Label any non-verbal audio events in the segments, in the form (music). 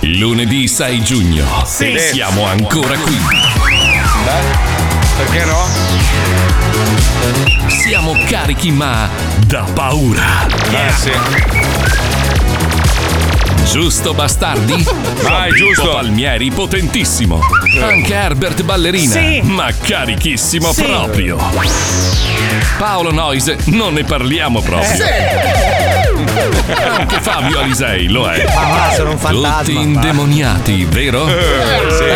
Lunedì 6 giugno. Sì. Siamo ancora qui. Perché no? Siamo carichi ma da paura. Eh sì. Giusto bastardi? (laughs) Vai, Pippo giusto. Palmieri potentissimo. Anche Herbert Ballerina. Sì. Ma carichissimo Sì. proprio. Paolo Noise, non ne parliamo proprio. (laughs) Anche Fabio Alisei lo è. Ah, sono un Tutti fantasma. Eh, indemoniati, vero?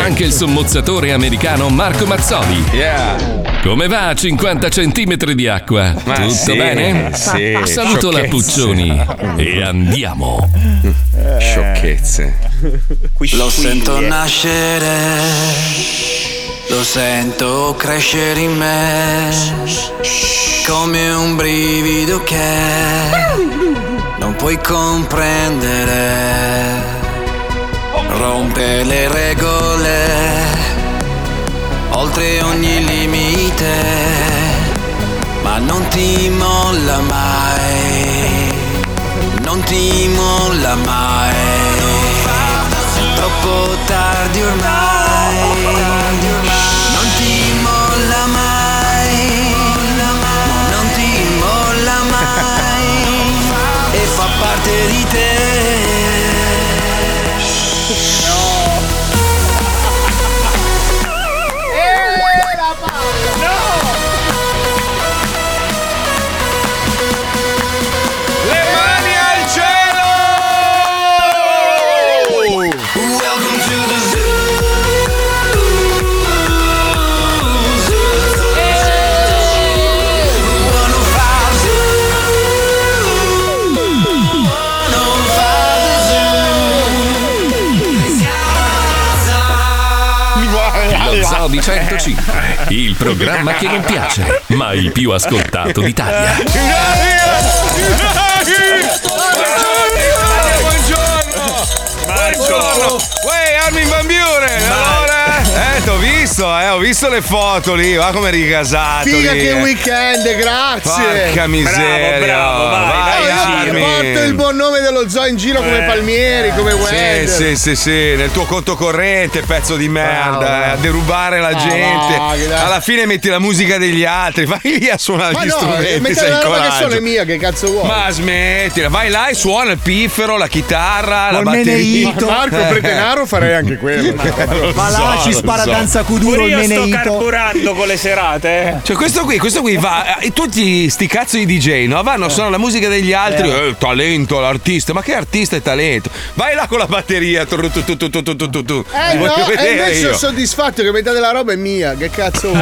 Anche il sommozzatore americano Marco Mazzoli. Yeah. Come va a 50 centimetri di acqua? Ma Tutto sì, bene? sì, Saluto la sciocchezze. Puccioni e andiamo. Eh. Sciocchezze. Lo sento nascere, lo sento crescere in me, come un brivido che non puoi comprendere. Rompe le regole, oltre ogni limite, ma non ti molla mai, non ti molla mai. È troppo tardi ormai Non ti molla mai Non ti molla mai E fa parte di te Le mani al cielo! Welcome to the zoo. zoo, zoo, zoo. 105 zoo. 105 zoo. Lo Zoo di 105, il programma che non piace, ma il più ascoltato d'Italia. Buongiorno! Buongiorno! Uè, Armin Van Buren! Allora! Eh, t'ho visto, eh, ho visto le foto lì, va come ricasato Figa lì. che weekend, grazie. eh. Porca miseria! bravo, vai, vai, vai, Allora, Armin. porto il buon nome dello zoo in giro come Palmieri, come Eh. Sì, Wender. Eh, sì, sì, sì, nel tuo conto corrente, pezzo di merda, eh, a derubare la va, che gente. Ah, dai. Alla fine metti la musica degli altri, (laughs) vai lì a suonare Ma gli no, strumenti, mettere sei la roba che coraggio. sono è mia, che cazzo vuoi? Ma smettila, vai là e suona il piffero, la chitarra, la Col batteria. meneito. Marco Pretenaro farei (laughs) (laughs) anche quello. Va là, ci spara danza Pure cuduro il io sto meneito. carburando con le serate. eh. Cioè, questo qui, questo qui va. E tutti sti cazzo di DJ, no? Eh. Vanno, suonano la musica degli altri. Eh, il talento, l'artista. Ma che artista è talento? Vai là con la batteria. Tu, tu, tu, tu, tu, tu, tu, tu, tu. Eh Ti no, voglio e vedere invece io. Eh. sono soddisfatto che metà della roba è mia, che cazzo vuoi?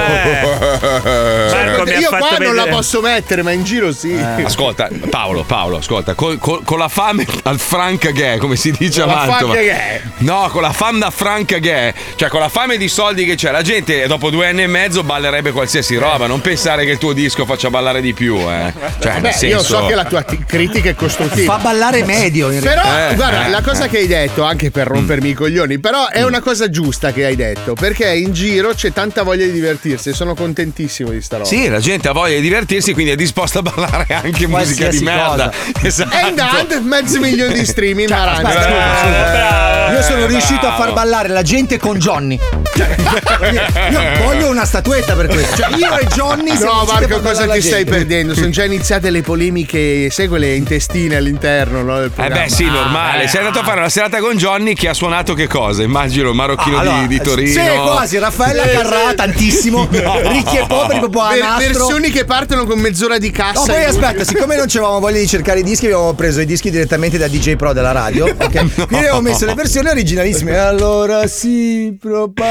Marco mi ha Io fatto qua non la vedere. posso mettere, ma in giro sì. Eh. Ascolta, Paolo, Paolo, ascolta, col- col- con la fame al Franca Gay, come si dice Con a la Mantova. fame gay. No, con la fame da Franca Gay, cioè con la fame di soldi che c'è, la gente dopo due anni e mezzo ballerebbe qualsiasi roba. Non pensare che il tuo disco faccia ballare di più, eh. Cioè, nel Beh, senso. io so che la tua ti- critica è Fa costruttiva. ballare medio in realtà. Però, Eh, guarda, eh, la cosa eh. Mm. che hai detto, anche per rompermi i coglioni, però è una cosa giusta che hai detto, perché in giro c'è tanta voglia di divertirsi e sono contentissimo di sta roba. Sì, la gente ha voglia di divertirsi, quindi è disposta a ballare anche musica di Qualsiasi merda. (laughs) Esatto. E and mezzo milione di streaming in Aspetta, arancio. Cioè, Eh. scusa, scusa. Io Eh, sono riuscito a far bravo. ballare la gente con Johnny. Cioè, Io voglio una statuetta per questo. Cioè, io e Johnny No, siamo riusciti a far Marco, ballare cosa la ti stai gente. perdendo? Sono già iniziate le polemiche, sai quelle intestine all'interno no, del Eh programma. beh sì, normale. Sei andato a fare una serata con Johnny che ha suonato che cosa? Immagino il marocchino Ah, allora, di, di Torino. Sì, quasi. Raffaella (laughs) Carrà, tantissimo. Ricchi e poveri, proprio a Eh, Ver- nastro. versioni che partono con mezz'ora di cassa. No, e poi inutili. (laughs) aspetta, siccome non c'avevamo voglia di cercare i dischi, abbiamo preso i dischi direttamente da DJ Pro della radio. Ok. (laughs) Quindi abbiamo messo le versioni originalissime. E Allora sì,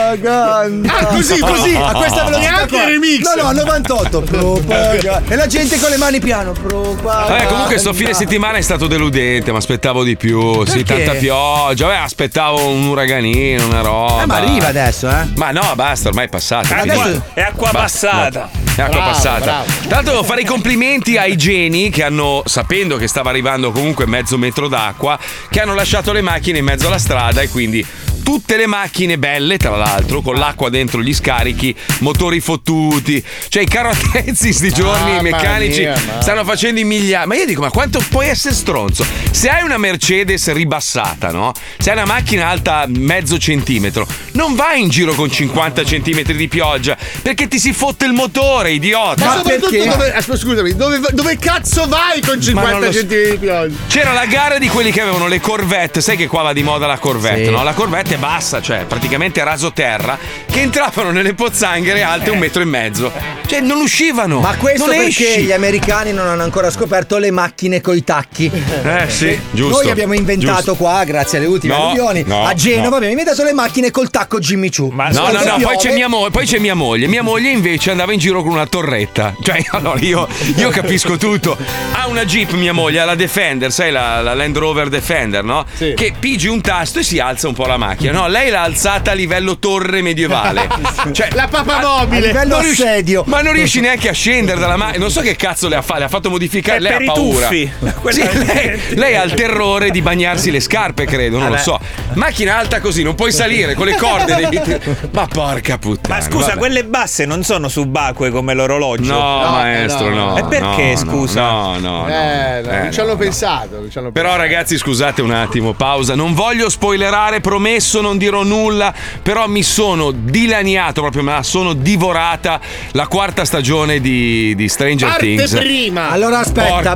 propaganda. Ah, così, così. A questa velocità Neanche qua. remix. No, no, 98. Propaganda. E la gente con le mani piano. Propaganda. Vabbè, comunque sto fine settimana è stato deludente, ma aspettavo di più. Sì, Perché? tanta pioggia. Beh, aspettavo un uraganino, una roba. Eh, ma arriva adesso, eh. Ma no, basta, ormai è passato. Acqua- Adesso- È acqua passata. È acqua Bravo, passata. bravo. Tra l'altro devo fare i complimenti ai geni che hanno, sapendo che stava arrivando comunque mezzo metro d'acqua, che hanno lasciato le macchine in mezzo alla strada e quindi tutte le macchine belle, tra l'altro, con l'acqua dentro gli scarichi, motori fottuti. Cioè, i caro attrezzi (laughs) sti giorni, Mamma i meccanici mia, mamma. stanno facendo i migliaia. Ma io dico, ma quanto puoi essere stronzo? Se hai una Mercedes ribassata, no? Se hai una macchina alta mezzo centimetro, non vai in giro con 50 centimetri di pioggia, perché ti si fotte il motore, idiota. Ma soprattutto dove, aspetta, scusami, dove, dove cazzo vai non con lo 50 so. centimetri di pioggia? C'era la gara di quelli che avevano le corvette, sai che qua va di moda la corvette, Sì. no? La corvette è bassa, cioè praticamente raso terra, che entravano nelle pozzanghere alte un metro e mezzo. Cioè non uscivano. Ma questo non perché esci. gli americani non hanno ancora scoperto le macchine coi tacchi. Eh sì, giusto. Noi abbiamo inventato giusto. qua, grazie alle ultime No, alluvioni, no, a Genova no. abbiamo inventato le macchine col tacco Jimmy Choo. No, no, Quando no, poi piove- c'è, mia mo- poi c'è mia moglie. Mia moglie invece andava in giro con una torretta. Cioè, (laughs) allora io, io capisco tutto. Ha una Jeep mia moglie, ha la Defender, sai, la, la Land Rover Defender, no? Sì. Che pigi un tasto e si alza un po' la macchina. No, lei l'ha alzata a livello torre medievale. (laughs) Cioè, La A papamobile! livello non riusci- assedio. ma non riesci neanche a scendere dalla macchina. Non so che cazzo le ha fatto, le ha fatto modificare. È lei per ha i paura. tuffi. Sì, (laughs) Quella- lei, lei ha il terrore di bagnarsi le scarpe, credo, non lo so. Macchina alta così, non puoi salire con le corde. (laughs) (laughs) devi- Ma porca puttana. Ma scusa, vabbè. quelle basse non sono subacquee come l'orologio. eh, No, No, maestro, no. no. E perché, no, scusa? No, no, no. Eh, no, Eh, non ci no, hanno no. pensato. non ci hanno Però pensato. ragazzi scusate un attimo, pausa, non voglio spoilerare, promesso non dirò nulla, però mi sono dilaniato, proprio me la sono divorata la quarta stagione di, di Stranger Parte Things. prima! Allora aspetta,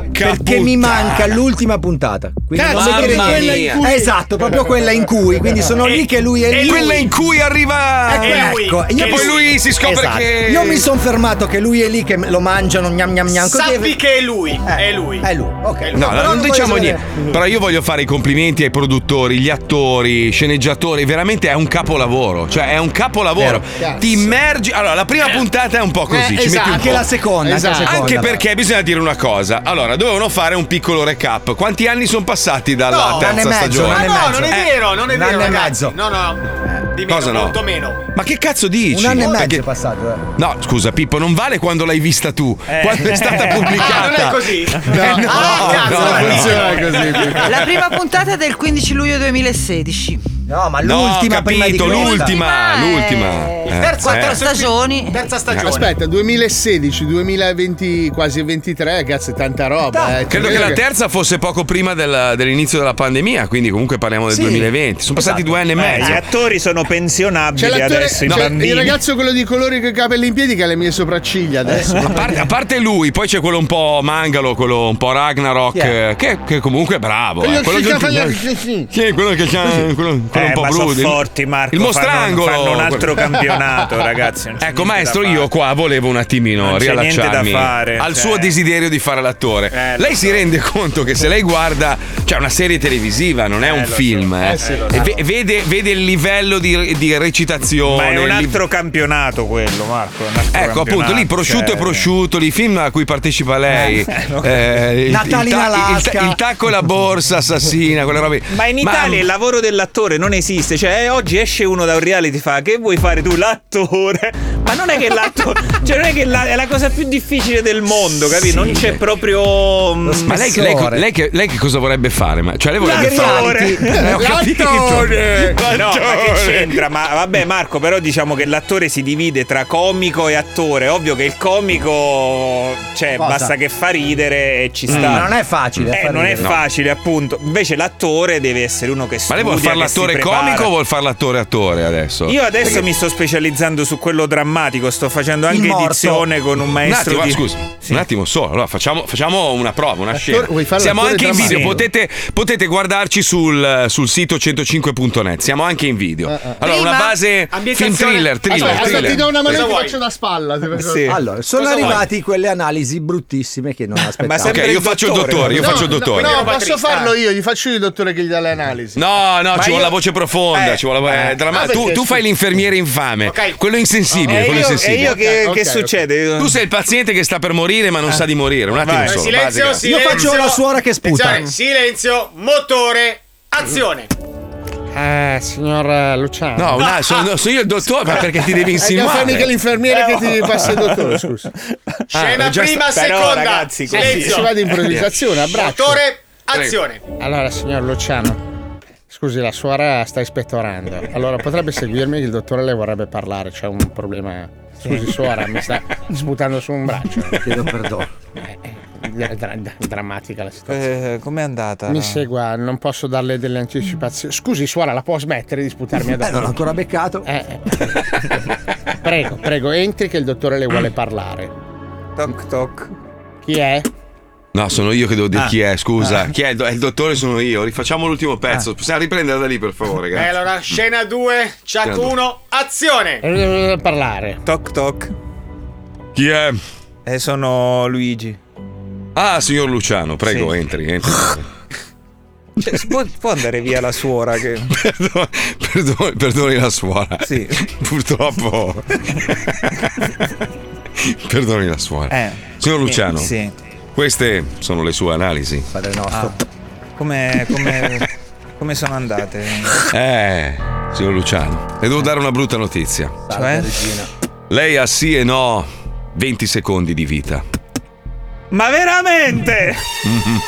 Porca perché mi puttana. manca l'ultima puntata. Quindi Cazzo, non vedere mamma niente. mia. Eh, Esatto, proprio quella in cui. Quindi sono lì che lui è E lì. Eh, quella in cui arriva... È lui. Ecco, E io poi lui si scopre Esatto. che... Io mi sono fermato che lui è lì che lo mangiano gnam gnam gnam. così- che è lui, Eh, È lui, ok. No, però non voglio diciamo sapere. niente. Però io voglio fare i complimenti ai produttori, gli attori, sceneggiatori. Veramente è un capolavoro. Cioè, è un capolavoro. Vero. Ti immergi. Allora, la prima puntata è un po' così. Eh, ci metti esatto. un Anche po'. la seconda, Esatto. anche la seconda. Anche perché bisogna dire una cosa. Allora, dovevano fare un piccolo recap. Quanti anni sono passati dalla No, un anno terza e mezzo, stagione? un anno e No, mezzo. non è Eh, vero, non è un vero. anno e ragazzi. mezzo. No, no. Di meno, Cosa no? molto meno. Ma che cazzo dici? Un anno e mezzo Perché- è passato. eh. No, scusa Pippo, non vale quando l'hai vista tu, Eh. quando Eh. è (laughs) stata pubblicata. Eh, Ah, non è così. No, no, Ah, cazzo, non no. funziona così. La prima puntata è del 15 luglio 2016. No, ma No, ho l'ultima prima di capito, questa. l'ultima, l'ultima. Eh, Eh, terza- eh. Quattro stagioni. Terza stagione. Aspetta, 2016, 2020, quasi 23, cazzo, è tanta roba. eh. Credo che la terza fosse poco prima della- dell'inizio della pandemia, quindi comunque parliamo del Sì. 2020. Sono passati Esatto. due anni e Eh, gli mezzo. attori sono C'è pensionabili l'attore, adesso, i c'è bambini. il ragazzo quello di colori con i capelli in piedi che ha le mie sopracciglia adesso. A parte, a parte lui, poi c'è quello un po' Mangalo, quello un po' Ragnarok, Chi è? eh, che, che comunque è bravo. Quello eh. Quello che fa che- gli- sì. Sì, quello che c'ha quello, quello Eh, un po' ma sono brutto. forti, Marco. Il fanno, mostrangolo. fanno un (laughs) altro campionato, ragazzi. non c'è Ecco, niente maestro, da fare. io qua volevo un attimino Non c'è niente da riallacciarmi fare, al cioè. suo desiderio di fare l'attore. Eh, lo lei si so. rende conto che se lei guarda, cioè una serie televisiva, non è un lo so. film, eh. Eh, sì, lo E ve- vede, vede il livello di, di recitazione. Ma è un il li- altro campionato quello, Marco. è un altro Ecco, appunto, campionato, lì prosciutto cioè, e prosciutto, lì film a cui partecipa lei. (laughs) eh, il- il Natale in ta- il ta- Alaska. Il, tacco e la borsa assassina, quelle robe. Ma in Italia il lavoro dell'attore non esiste, cioè eh, oggi esce uno da un reality fa che vuoi fare tu l'attore? Ma non è che (laughs) l'attore, cioè non è che la- è la cosa più difficile del mondo, capito? Non c'è proprio mm, Ma lei, lei- lei che, lei che cosa vorrebbe fare? Ma- cioè, lei vorrebbe fare. l'attore. (laughs) Eh, ho capito. No, ma che c'entra? Ma vabbè, Marco, però diciamo che l'attore si divide tra comico e attore. Ovvio che il comico, cioè, Cosa? basta che fa ridere e ci Mm, sta. Ma non è facile. Eh, far non è ridere. facile, appunto. Invece l'attore deve essere uno che Ma studia lei vuol fare che si l'attore prepara. comico o vuol fare l'attore attore adesso? Io adesso Perché- mi sto specializzando su quello drammatico, sto facendo Il anche morto. edizione con un Un maestro attimo, di... ah, scusa, Sì. un attimo solo. Allora, facciamo, facciamo una prova, una scena. vuoi fare Siamo l'attore anche in video, drammatico? potete, potete guardarci sul, sul sito 105.net. Siamo anche in video. Allora, Prima, una base film ambientazione- thriller, thriller, Aspetta, aspetta, thriller. Ah, ti do una mano e Cosa ti vuoi? faccio una spalla. ti faccio- Sì. Allora, sono Cosa arrivati quelle analisi bruttissime che non aspettavo. Ma Ok, sempre io il faccio il dottore, dottore, io No, faccio il no, dottore. No, Ero posso Battrista. farlo io, gli faccio il dottore che gli dà le analisi. No, no, ci io- vuole la voce profonda, Eh, ci vuole la voce eh, dramma- ah, tu, perché- tu fai l'infermiere infame, Ok. quello insensibile, E quello Eh, io, e insensibile. io che, Ok, che ok. succede? Tu sei il paziente che sta per morire ma non sa di morire. Un attimo Vai. solo. Silenzio, base, silenzio. Io faccio la suora che sputa. Attenzione, Silenzio, motore, azione. Eh, signor Luciano. No, no, sono, sono io il dottore, ma perché ti devi È che insinuare? l'infermiera che ti passa il dottore, scusa. Scena è Ah, già prima, sta- però, seconda. ragazzi, così- Si silenzio. va di improvvisazione, abbraccio. Motore, azione. Allora, signor Luciano, Scusi, la suora sta ispettorando. Allora potrebbe seguirmi, il dottore le vorrebbe parlare, c'è un problema. Scusi, suora, mi sta sputando su un braccio. Eh, Chiedo perdono. È dra- dra- drammatica la situazione. Eh, com'è andata? Mi segua, non posso darle delle anticipazioni. Scusi, suora, la può smettere di sputarmi Eh, non l'ho addosso? ancora beccato. Eh, eh. prego, prego, entri che il dottore le vuole parlare. Toc toc. Chi è? No, sono io che devo dire chi è, scusa. Chi è? Il do- è il dottore, sono io. Rifacciamo l'ultimo pezzo. Possiamo riprendere da lì, per favore, E grazie. Eh, allora, scena 2, Mm. Scena ciac due. 1, azione. Eh, Parlare. Toc toc. Chi è? Eh, sono Luigi. Ah, signor Luciano, prego, Sì. entri, entri. Cioè, si può, può andare via la suora (laughs) che... Perdo- perdoni, perdoni la suora. Sì. Purtroppo. perdoni la suora. Eh. Signor Luciano, Sì. queste sono le sue analisi. Padre Ah. nostro. Come, come, come sono andate? Eh, signor Luciano, le devo dare una brutta notizia. Cioè? Lei ha sì e no 20 secondi di vita. Ma veramente? Mm-hmm.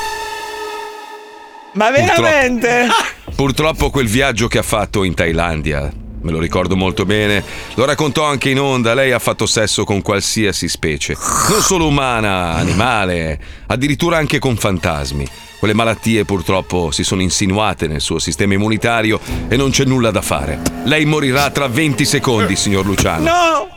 Ma Purtroppo. veramente? Purtroppo quel viaggio che ha fatto in Thailandia, me lo ricordo molto bene, lo raccontò anche in onda, lei ha fatto sesso con qualsiasi specie, non solo umana, animale, addirittura anche con fantasmi. Quelle malattie purtroppo si sono insinuate nel suo sistema immunitario e non c'è nulla da fare. Lei morirà tra 20 secondi, signor Luciano. No!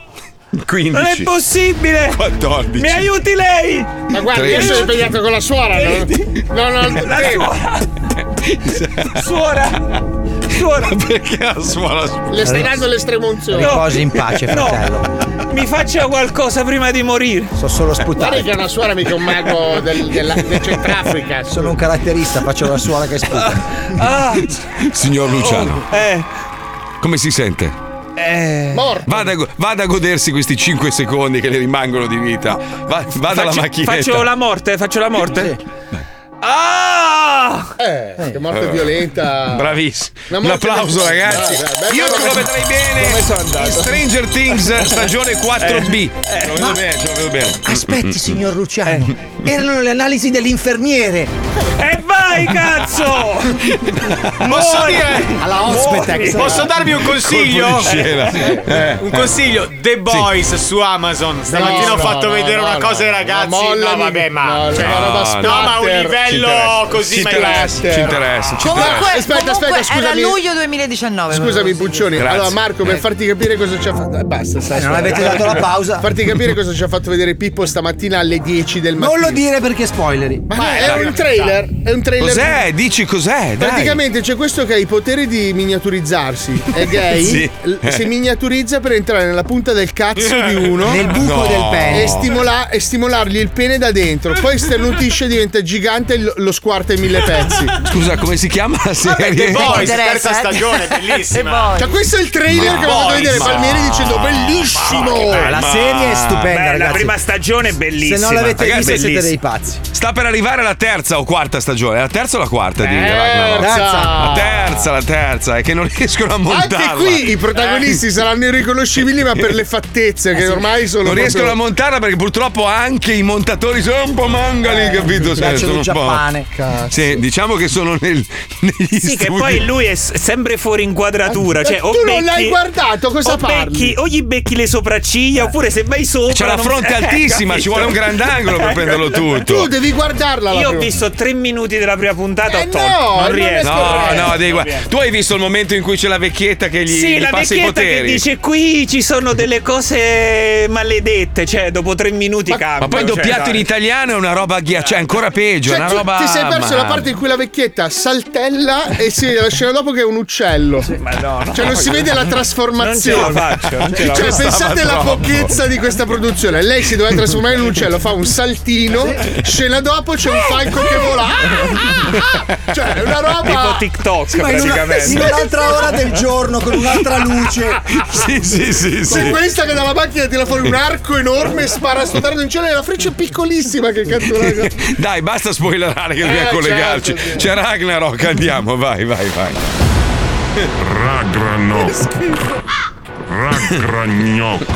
15, Non è possibile! 14. Mi aiuti lei! Ma guarda, io Tre. sono svegliato con la suora. No, no, no, La suora! Suora! Suora! Perché la suora le stai dando l'estrema unzione. No. Riposi in pace, No. fratello. Mi faccia qualcosa prima di morire! Eh, So solo Guarda sputare. che è una suora mica un mago del, della, del (laughs) Centrafrica. Sono un caratterista, faccio la suola (laughs) che sputa. Ah! eh. Signor Luciano, Eh! come si sente? Eh! morto. Vada, a go- vada a godersi questi 5 secondi che le rimangono di vita. Va- vada alla Faccio- macchinetta. Faccio la morte, faccio la morte? Ah! Eh, che morte violenta. Bravissimo. Una Un morte applauso, da- ragazzi. Brava, brava. Io te lo vedrei Come sono bene. andato? In Stranger Things, stagione 4B. Ce lo vedo bene, ce lo vedo bene. Aspetti, signor Luciano. Eh. Erano le analisi dell'infermiere. E Eh, vai, cazzo! Posso Muori! dire? Alla Ospetex. Posso darvi un Colpo consiglio? di scena. Eh. Un consiglio, The Boys su Amazon. Stamattina No, ho fatto no, vedere no, una no, cosa ai no, ragazzi. No, mollami. vabbè, ma. No, cioè, la roba no, ma a un splatter. Ci livello interessa. così Ci ma interessa. Ci interessa, ci interessa. Comunque, Aspetta, aspetta, comunque era scusami. luglio 2019. Scusami, Puccioni. Grazie. Allora, Marco, per farti capire cosa ci ha fatto. Eh, basta, sai. Non avete dato la pausa? Farti capire cosa ci ha fatto vedere Pippo stamattina alle 10 del mattino. Non lo dire perché spoileri. Ma no, è un trailer. È un trailer. Cos'è? Dici cos'è? Eh, Dai. Praticamente c'è questo che ha i poteri di miniaturizzarsi. È gay. Sì. l- si miniaturizza per entrare nella punta del cazzo di uno. Nel buco No. del pene. E, stimola- e stimolargli il pene da dentro. Poi sternutisce, diventa gigante e lo- lo squarta in mille pezzi. Scusa, come si chiama la The serie? (laughs) Boys, interessa, terza eh? stagione, bellissima. Cioè, questo è il trailer che vado a vedere Ma- Palmieri dicendo bellissimo! Ah, la serie è stupenda, Beh, la ragazzi. prima stagione è bellissima. Se non l'avete Ragazzi, vista siete bellissima. dei pazzi. Sta per arrivare la terza o quarta stagione. La terza o la quarta Eh, di Ragnarok? La terza, la terza, è che non riescono a montarla. Eh. Anche qui i protagonisti saranno irriconoscibili, ma per le fattezze che ormai sono. Non riescono a proprio- montarla perché purtroppo anche i montatori sono un po' mangali, Eh, capito? Cioè, Piacciono sono il un po'- Giappone. Sì, diciamo che sono nel, (laughs) negli Sì, studi. che poi lui è s- sempre fuori inquadratura. Cioè, o tu becchi, non l'hai guardato, cosa o parli? becchi- o gli becchi le sopracciglia, oppure se vai sopra. C'ha la non- fronte (laughs) Eh, altissima, capito? Ecco. ci vuole un grandangolo (laughs) per prenderlo Tu tutto. devi guardarla. la Io ho prima. visto tre minuti della prima puntata, Eh ho tolto. no, non non riesco. è No, no, devi Non guard- riesco. Tu hai visto il momento in cui c'è la vecchietta che gli, Sì, gli la passa i vecchietta che poteri. dice qui ci sono delle cose maledette, cioè dopo tre minuti cambia. Ma poi cioè, doppiato dai. in italiano è una roba ghiaccia, cioè, ancora peggio, Cioè, una tu roba. ti sei perso la ma- parte in cui la vecchietta saltella e si la scena dopo che è un uccello. Ma no, no. Cioè, non si vede la Non ce trasformazione. la faccio, non ce la Cioè, faccio. pensate alla troppo. pochezza di questa produzione. Lei si doveva trasformare in un uccello, fa un saltino, scena dopo c'è un falco che vola. Ah, ah, ah. Cioè, è una Tipo roba. TikTok Ma in, una, praticamente. in un'altra ora del giorno, con un'altra luce. Sì, sì, sì, C'è sì. questa che dalla macchina tira fuori un arco enorme, spara a sto dardo in cielo e la freccia è piccolissima che cattura. Dai, basta spoilerare che dobbiamo certo, collegarci. sì. C'è Ragnarok, andiamo, vai, vai, vai. Ragnarok. Ragnarok.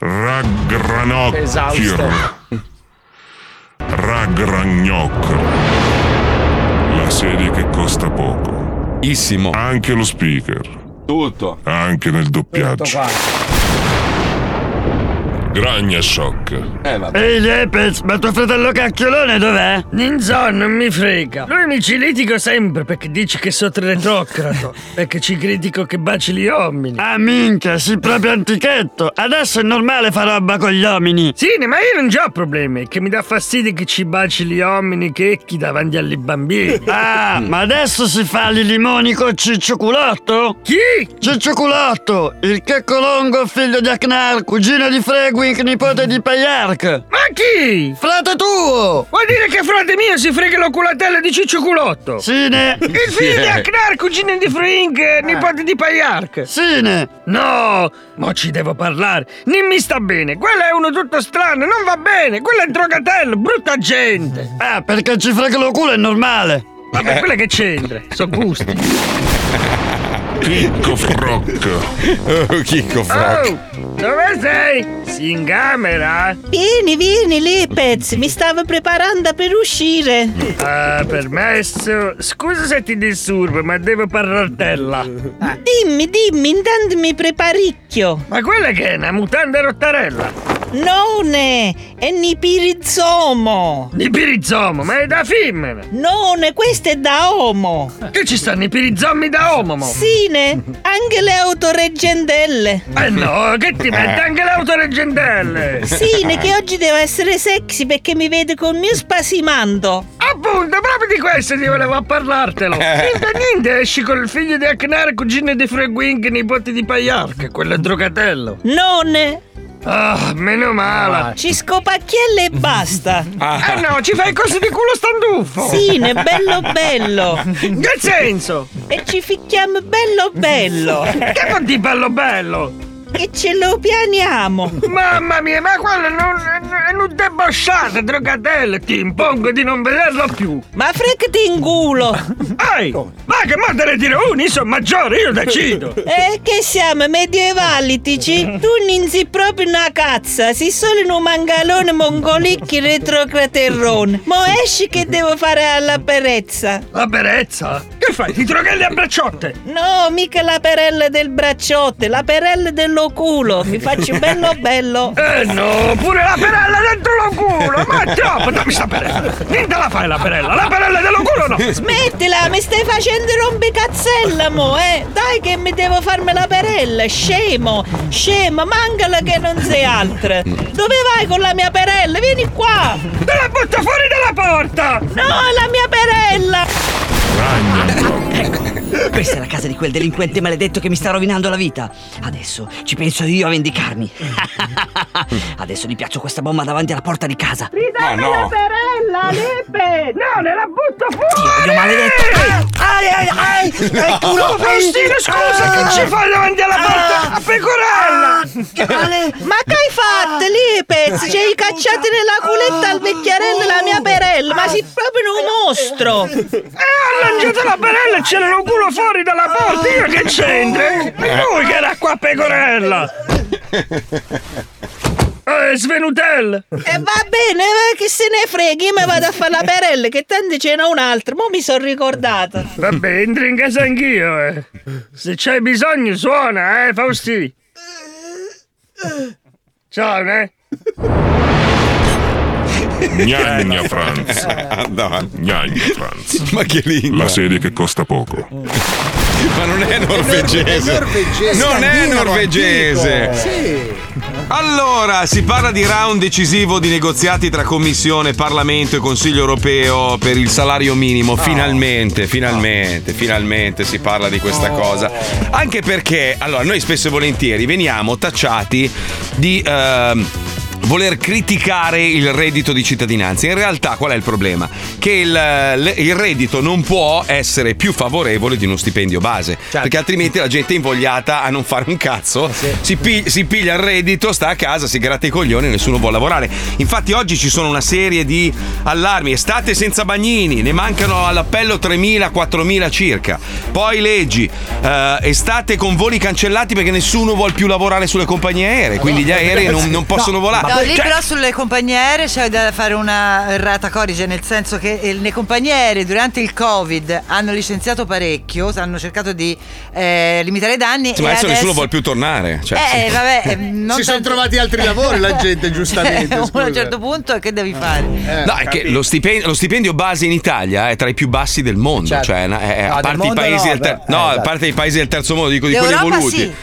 Ragnarok. Ragnarok. La una serie che costa poco. Issimo. Anche lo speaker. Tutto. Anche nel doppiaggio. Gragna Shock. Eh, Ehi Lepez, ma tuo fratello cacchiolone dov'è? Ninzon, non mi frega. Lui mi ci litigo sempre perché dici che sono (laughs) retrocrato. perché ci critico che baci gli uomini. Ah minchia, sei proprio antichetto. Adesso è normale fare roba con gli uomini. Sì, ma io non ho problemi. Che mi dà fastidio che ci baci gli uomini checchi davanti agli bambini. (laughs) ah, ma adesso si fa gli limoni con Ciccio Culotto? Chi? Ciccio Culotto, il checco longo figlio di Acnar, cugino di Fregwink, nipote di Payark. Ma chi? Frate tuo! Vuol dire che frate mio si frega la culatella di Ciccio Culotto? Sine! Ah. Il figlio di Acnar, cugino di Frink, nipote di Payark! Sine! No! Ma ci devo parlare! Non mi sta bene! Quello è uno tutto strano, non va bene! Quello è un drogatello, brutta gente! Ah, perché ci frega lo culo è normale! Vabbè, quella che c'entra, sono gusti! (laughs) Chicco Frock. Oh, Chicco Oh! Dove sei? Si in camera? Vieni, vieni, Lepez, mi stavo preparando per uscire. Ah, permesso? Scusa se ti disturbo, ma devo parlartella. Dimmi, dimmi, intanto mi preparicchio. Ah. Ma quella che è una mutanda rottarella? Non è, è nipirizomo. Nipirizomo, ma è da femmina! Non, questo è da homo. Che ci stanno i pirizzomi da omomo? Sine, anche le autoreggentelle. Eh no, che ti mette anche l'autoreggentelle! Sine, che oggi devo essere sexy perché mi vede col mio spasimando. Appunto, proprio di questo ti volevo parlartelo! Niente, niente, esci col figlio di Acnar, cugino di Fregwing, nipote di Payark, quello è drogatello! Non, Ah, meno male! ci scopacchiella e basta. Ah. (laughs) Eh no, ci fai cose di culo standuffo! Sine, bello bello. In che senso? E ci ficchiamo bello bello. Che vuol dire bello bello? E ce lo pianiamo. Mamma mia, ma quello non, è un debosciato, drogatello! Ti impongo di non vederlo più! Ma freccati in culo! Ehi! Ma che mo te ne tiro uno? Io sono maggiore, io decido! (laughs) Eh, che siamo medievalitici? Tu non sei proprio una cazza, sei solo un mangalone mongolicchi retrocraterrone. Mo esci che devo fare alla perezza. La berezza? Che fai? Ti droghelli a bracciotte! No, mica la perella del bracciotto, la perella dello culo. Mi faccio bello bello. Eh no, pure la perella dentro lo culo! Ma (laughs) è troppo, dammi sta perella! Niente la fai la perella, la perella dello culo no! (laughs) Smettila, mi stai facendo rompicazzella mo, eh! Dai che mi devo farmi la perella, scemo! Scemo, mancala che non sei altra! Dove vai con la mia perella? Vieni qua! Te la butto fuori dalla porta! No, la (laughs) mia perella! (laughs) Ecco, questa è la casa di quel delinquente maledetto che mi sta rovinando la vita. Adesso ci penso io (laughs) a vendicarmi. Adesso gli piaccio questa bomba davanti alla porta di casa. Ma no. la perella, Lepe! No, ne la butto fuori! Dio maledetto! Ai, ai, ai! Ai, culo, Oh, Faustino, scusa, che ci fai davanti alla porta? A pecorella! Ma che hai fatto Ah. lì, pezzi? Ci hai cacciato nella culetta al vecchiarello la Oh. mia perella, ma Ah. sei proprio Eh, un mostro! E Ah, ha lanciato la perella e c'era lo culo fuori dalla porta! Io che c'entro? eh? E lui che era qua a pecorella! Eh, Svenutel! E va bene, eh, che se ne freghi, io mi vado a fare la perella, che tanto ce n'ho un'altra, mo mi sono ricordata. Vabbè, entri in casa anch'io, eh. Se c'hai bisogno, suona, eh, Fausti. Ciao, eh. Gnagna Franz. Gnagna Franz. Ma che lingua. La serie che costa poco. Ma non è norvegese. norvegese. È norvegese. Non è Scandinavo norvegese. antico. Allora, si parla di round decisivo di negoziati tra Commissione, Parlamento e Consiglio europeo per il salario minimo. Finalmente, finalmente, finalmente si parla di questa cosa. Anche perché, allora, noi spesso e volentieri veniamo tacciati di. ehm, Voler criticare il reddito di cittadinanza. In realtà qual è il problema? Che il, le- il reddito non può essere più favorevole di uno stipendio base. Perché altrimenti la gente è invogliata a non fare un cazzo. Si, pi- si piglia il reddito, sta a casa, si gratta i coglioni e nessuno vuole lavorare. Infatti oggi ci sono una serie di allarmi. Estate senza bagnini, ne mancano all'appello 3.000-4.000 circa. Poi leggi, eh, estate con voli cancellati perché nessuno vuole più lavorare sulle compagnie aeree. Quindi gli aerei non, non possono No, volare. No, lì Cioè- però sulle compagniere c'è da fare una errata corrige, nel senso che eh, le compagniere durante il Covid hanno licenziato parecchio, hanno cercato di eh, limitare i danni. Sì, ma e adesso, nessuno adesso- vuole più tornare. Cioè, Eh, sì. (laughs) vabbè, eh, non Si sono tanto- trovati (laughs) altri lavori, la gente, giustamente, Uno a scusa. Ah, eh, un certo punto che devi fare? No, è che lo stipendio, lo stipendio base in Italia è tra i più bassi del mondo, Certo. cioè, na- è- No, a del parte i mondo paesi no, del ter- no, però- eh, a esatto. parte i paesi del terzo mondo, dico di quelli L'Europa evoluti. sì. sì,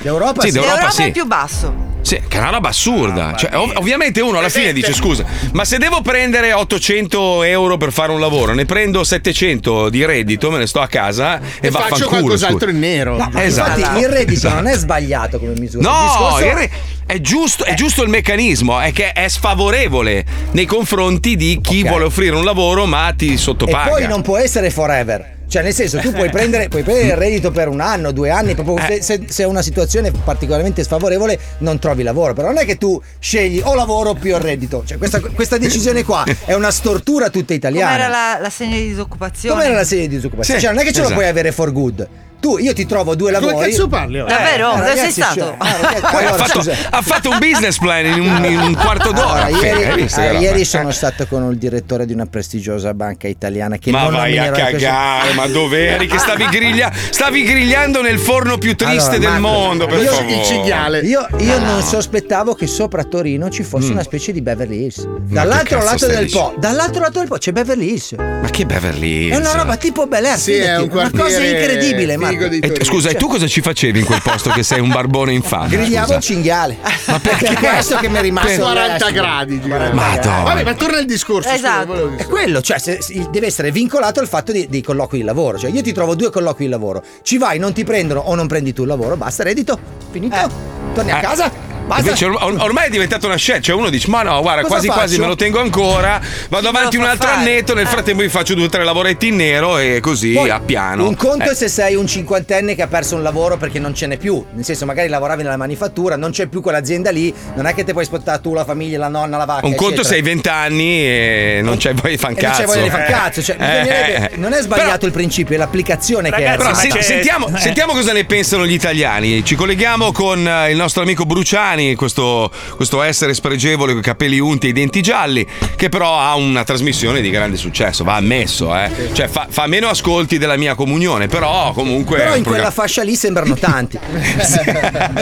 d'Europa sì. è più basso. Sì, che è una roba assurda. Cioè, ov- ovviamente uno alla fine dice: Scusa, ma se devo prendere 800 euro per fare un lavoro, ne prendo 700 di reddito, me ne sto a casa e, E va faccio a qualcos'altro in nero. No, esatto. Infatti il reddito Esatto. non è sbagliato come misura. No, il discorso il re- è, giusto, è giusto il meccanismo, è che è sfavorevole nei confronti di chi vuole offrire un lavoro ma ti E sottopaga. poi non può essere forever. Cioè, nel senso, (laughs) tu puoi prendere, puoi prendere il reddito per un anno, due anni, proprio Eh. se- se, se è una situazione particolarmente sfavorevole non trovi lavoro. Però non è che tu scegli o lavoro più il reddito. Cioè, questa, questa decisione (laughs) qua è una stortura tutta Com'era italiana. la, la segna di disoccupazione? Com'era la serie di disoccupazione? Cioè, non è che ce lo esatto. puoi avere for good. Tu, io ti trovo due Ma come lavori. Eh, cazzo parli, ora? eh, Davvero? Dove sei stato? cioè, eh, ragazzi, oh? Poi ha, (laughs) allora, fatto, scusa. ha fatto un business plan in un, (laughs) in un quarto d'ora. Allora, Sì, ieri, hai visto eh, che roba? ieri sono stato con il direttore di una prestigiosa banca italiana che Ma non vai a nominerò in questo- cagare, ma dove eri? (laughs) Che stavi, griglia- stavi grigliando nel forno più triste Allora, del Marco, mondo, per io- favore. Io, Ah. io non sospettavo che sopra Torino ci fosse Mm. una specie di Beverly Hills. Ma che Dall'altro cazzo lato stai del dicendo? po', dall'altro lato del po' c'è Beverly Hills. È Ah, Ma che Beverly Hills? una roba tipo Bel Air, Sì, fidati, è un una cosa quartiere incredibile, Marco. E tu- scusa, e tu cosa ci facevi in quel posto che sei un barbone infame? Grigliavo Scusa. il cinghiale. Ma perché è questo che mi è rimasto 40 adesso. gradi, direi. Madonna. Vabbè, ma torna al discorso. scusa, volevo dire. È quello, cioè se- se- deve essere vincolato al fatto di- dei colloqui di lavoro. Cioè, io ti trovo due colloqui di lavoro, ci vai, non ti prendono o non prendi tu il lavoro, basta, reddito, finito, torni a Eh. casa, basta. Invece or- or- ormai è diventata una scelta, cioè uno dice ma no guarda Cosa quasi quasi faccio? me lo tengo ancora, vado avanti un altro annetto, nel frattempo mi faccio due o tre lavoretti in nero e così Eh. Poi, a piano. Un conto Eh. è se sei un cinquantenne che ha perso un lavoro perché non ce n'è più. Nel senso, magari lavoravi nella manifattura, non c'è più quell'azienda lì, non è che te puoi spottare tu, la famiglia, la nonna, la vacca. Un conto eccetera. sei 20 anni e non c'hai voglia di fan E non cazzo. c'è voglia di far cazzo. Cioè, bisognerebbe- Eh. non è sbagliato il principio, è l'applicazione che è. Però se- Eh. sentiamo, sentiamo cosa ne pensano gli italiani. Ci colleghiamo con eh, il nostro amico Bruciani, questo, questo essere spregevole con i capelli unti e i denti gialli, che però ha una trasmissione di grande successo, va ammesso. eh. Cioè, fa, fa meno ascolti della mia comunione, però comunque... Però è in un quella programma- fascia lì sembrano (laughs) tanti. (laughs)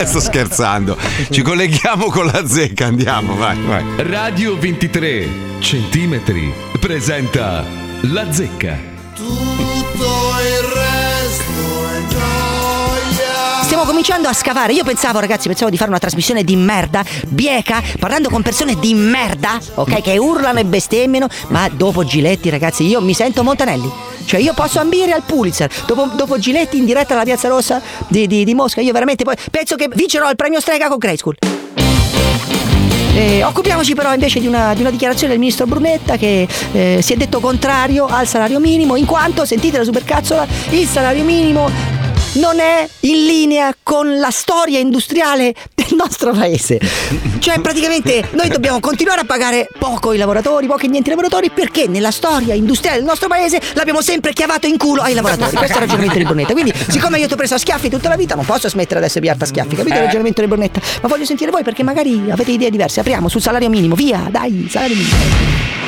Sto scherzando. Ci colleghiamo con la zecca, andiamo, vai. vai. Radio 23 centimetri presenta La Zecca. Tutto il resto è gioia. Stiamo cominciando a scavare. Io pensavo, ragazzi, pensavo di fare una trasmissione di merda, bieca, parlando con persone di merda, ok? Che urlano e bestemmiano. Ma dopo Giletti, ragazzi, io mi sento Montanelli. Cioè, io posso ambire al Pulitzer. Dopo, dopo Giletti in diretta alla Piazza Rossa di, di- di Mosca, io veramente poi penso che vincerò il premio strega con Grey School. Eh, occupiamoci però invece di una, di una dichiarazione del ministro Brunetta che eh, si è detto contrario al salario minimo in quanto, sentite la supercazzola, il salario minimo non è in linea con la storia industriale del nostro paese. Cioè praticamente noi dobbiamo continuare a pagare poco i lavoratori, pochi e niente i lavoratori perché nella storia industriale del nostro paese l'abbiamo sempre chiavato in culo ai lavoratori. Questo è il ragionamento di Brunetta. Quindi siccome io ti ho preso a schiaffi tutta la vita non posso smettere adesso di piarti a schiaffi, capito il Eh. ragionamento? ragionamento del Brunetta. Ma voglio sentire voi perché magari avete idee diverse. Apriamo sul salario minimo, via, dai, salario minimo.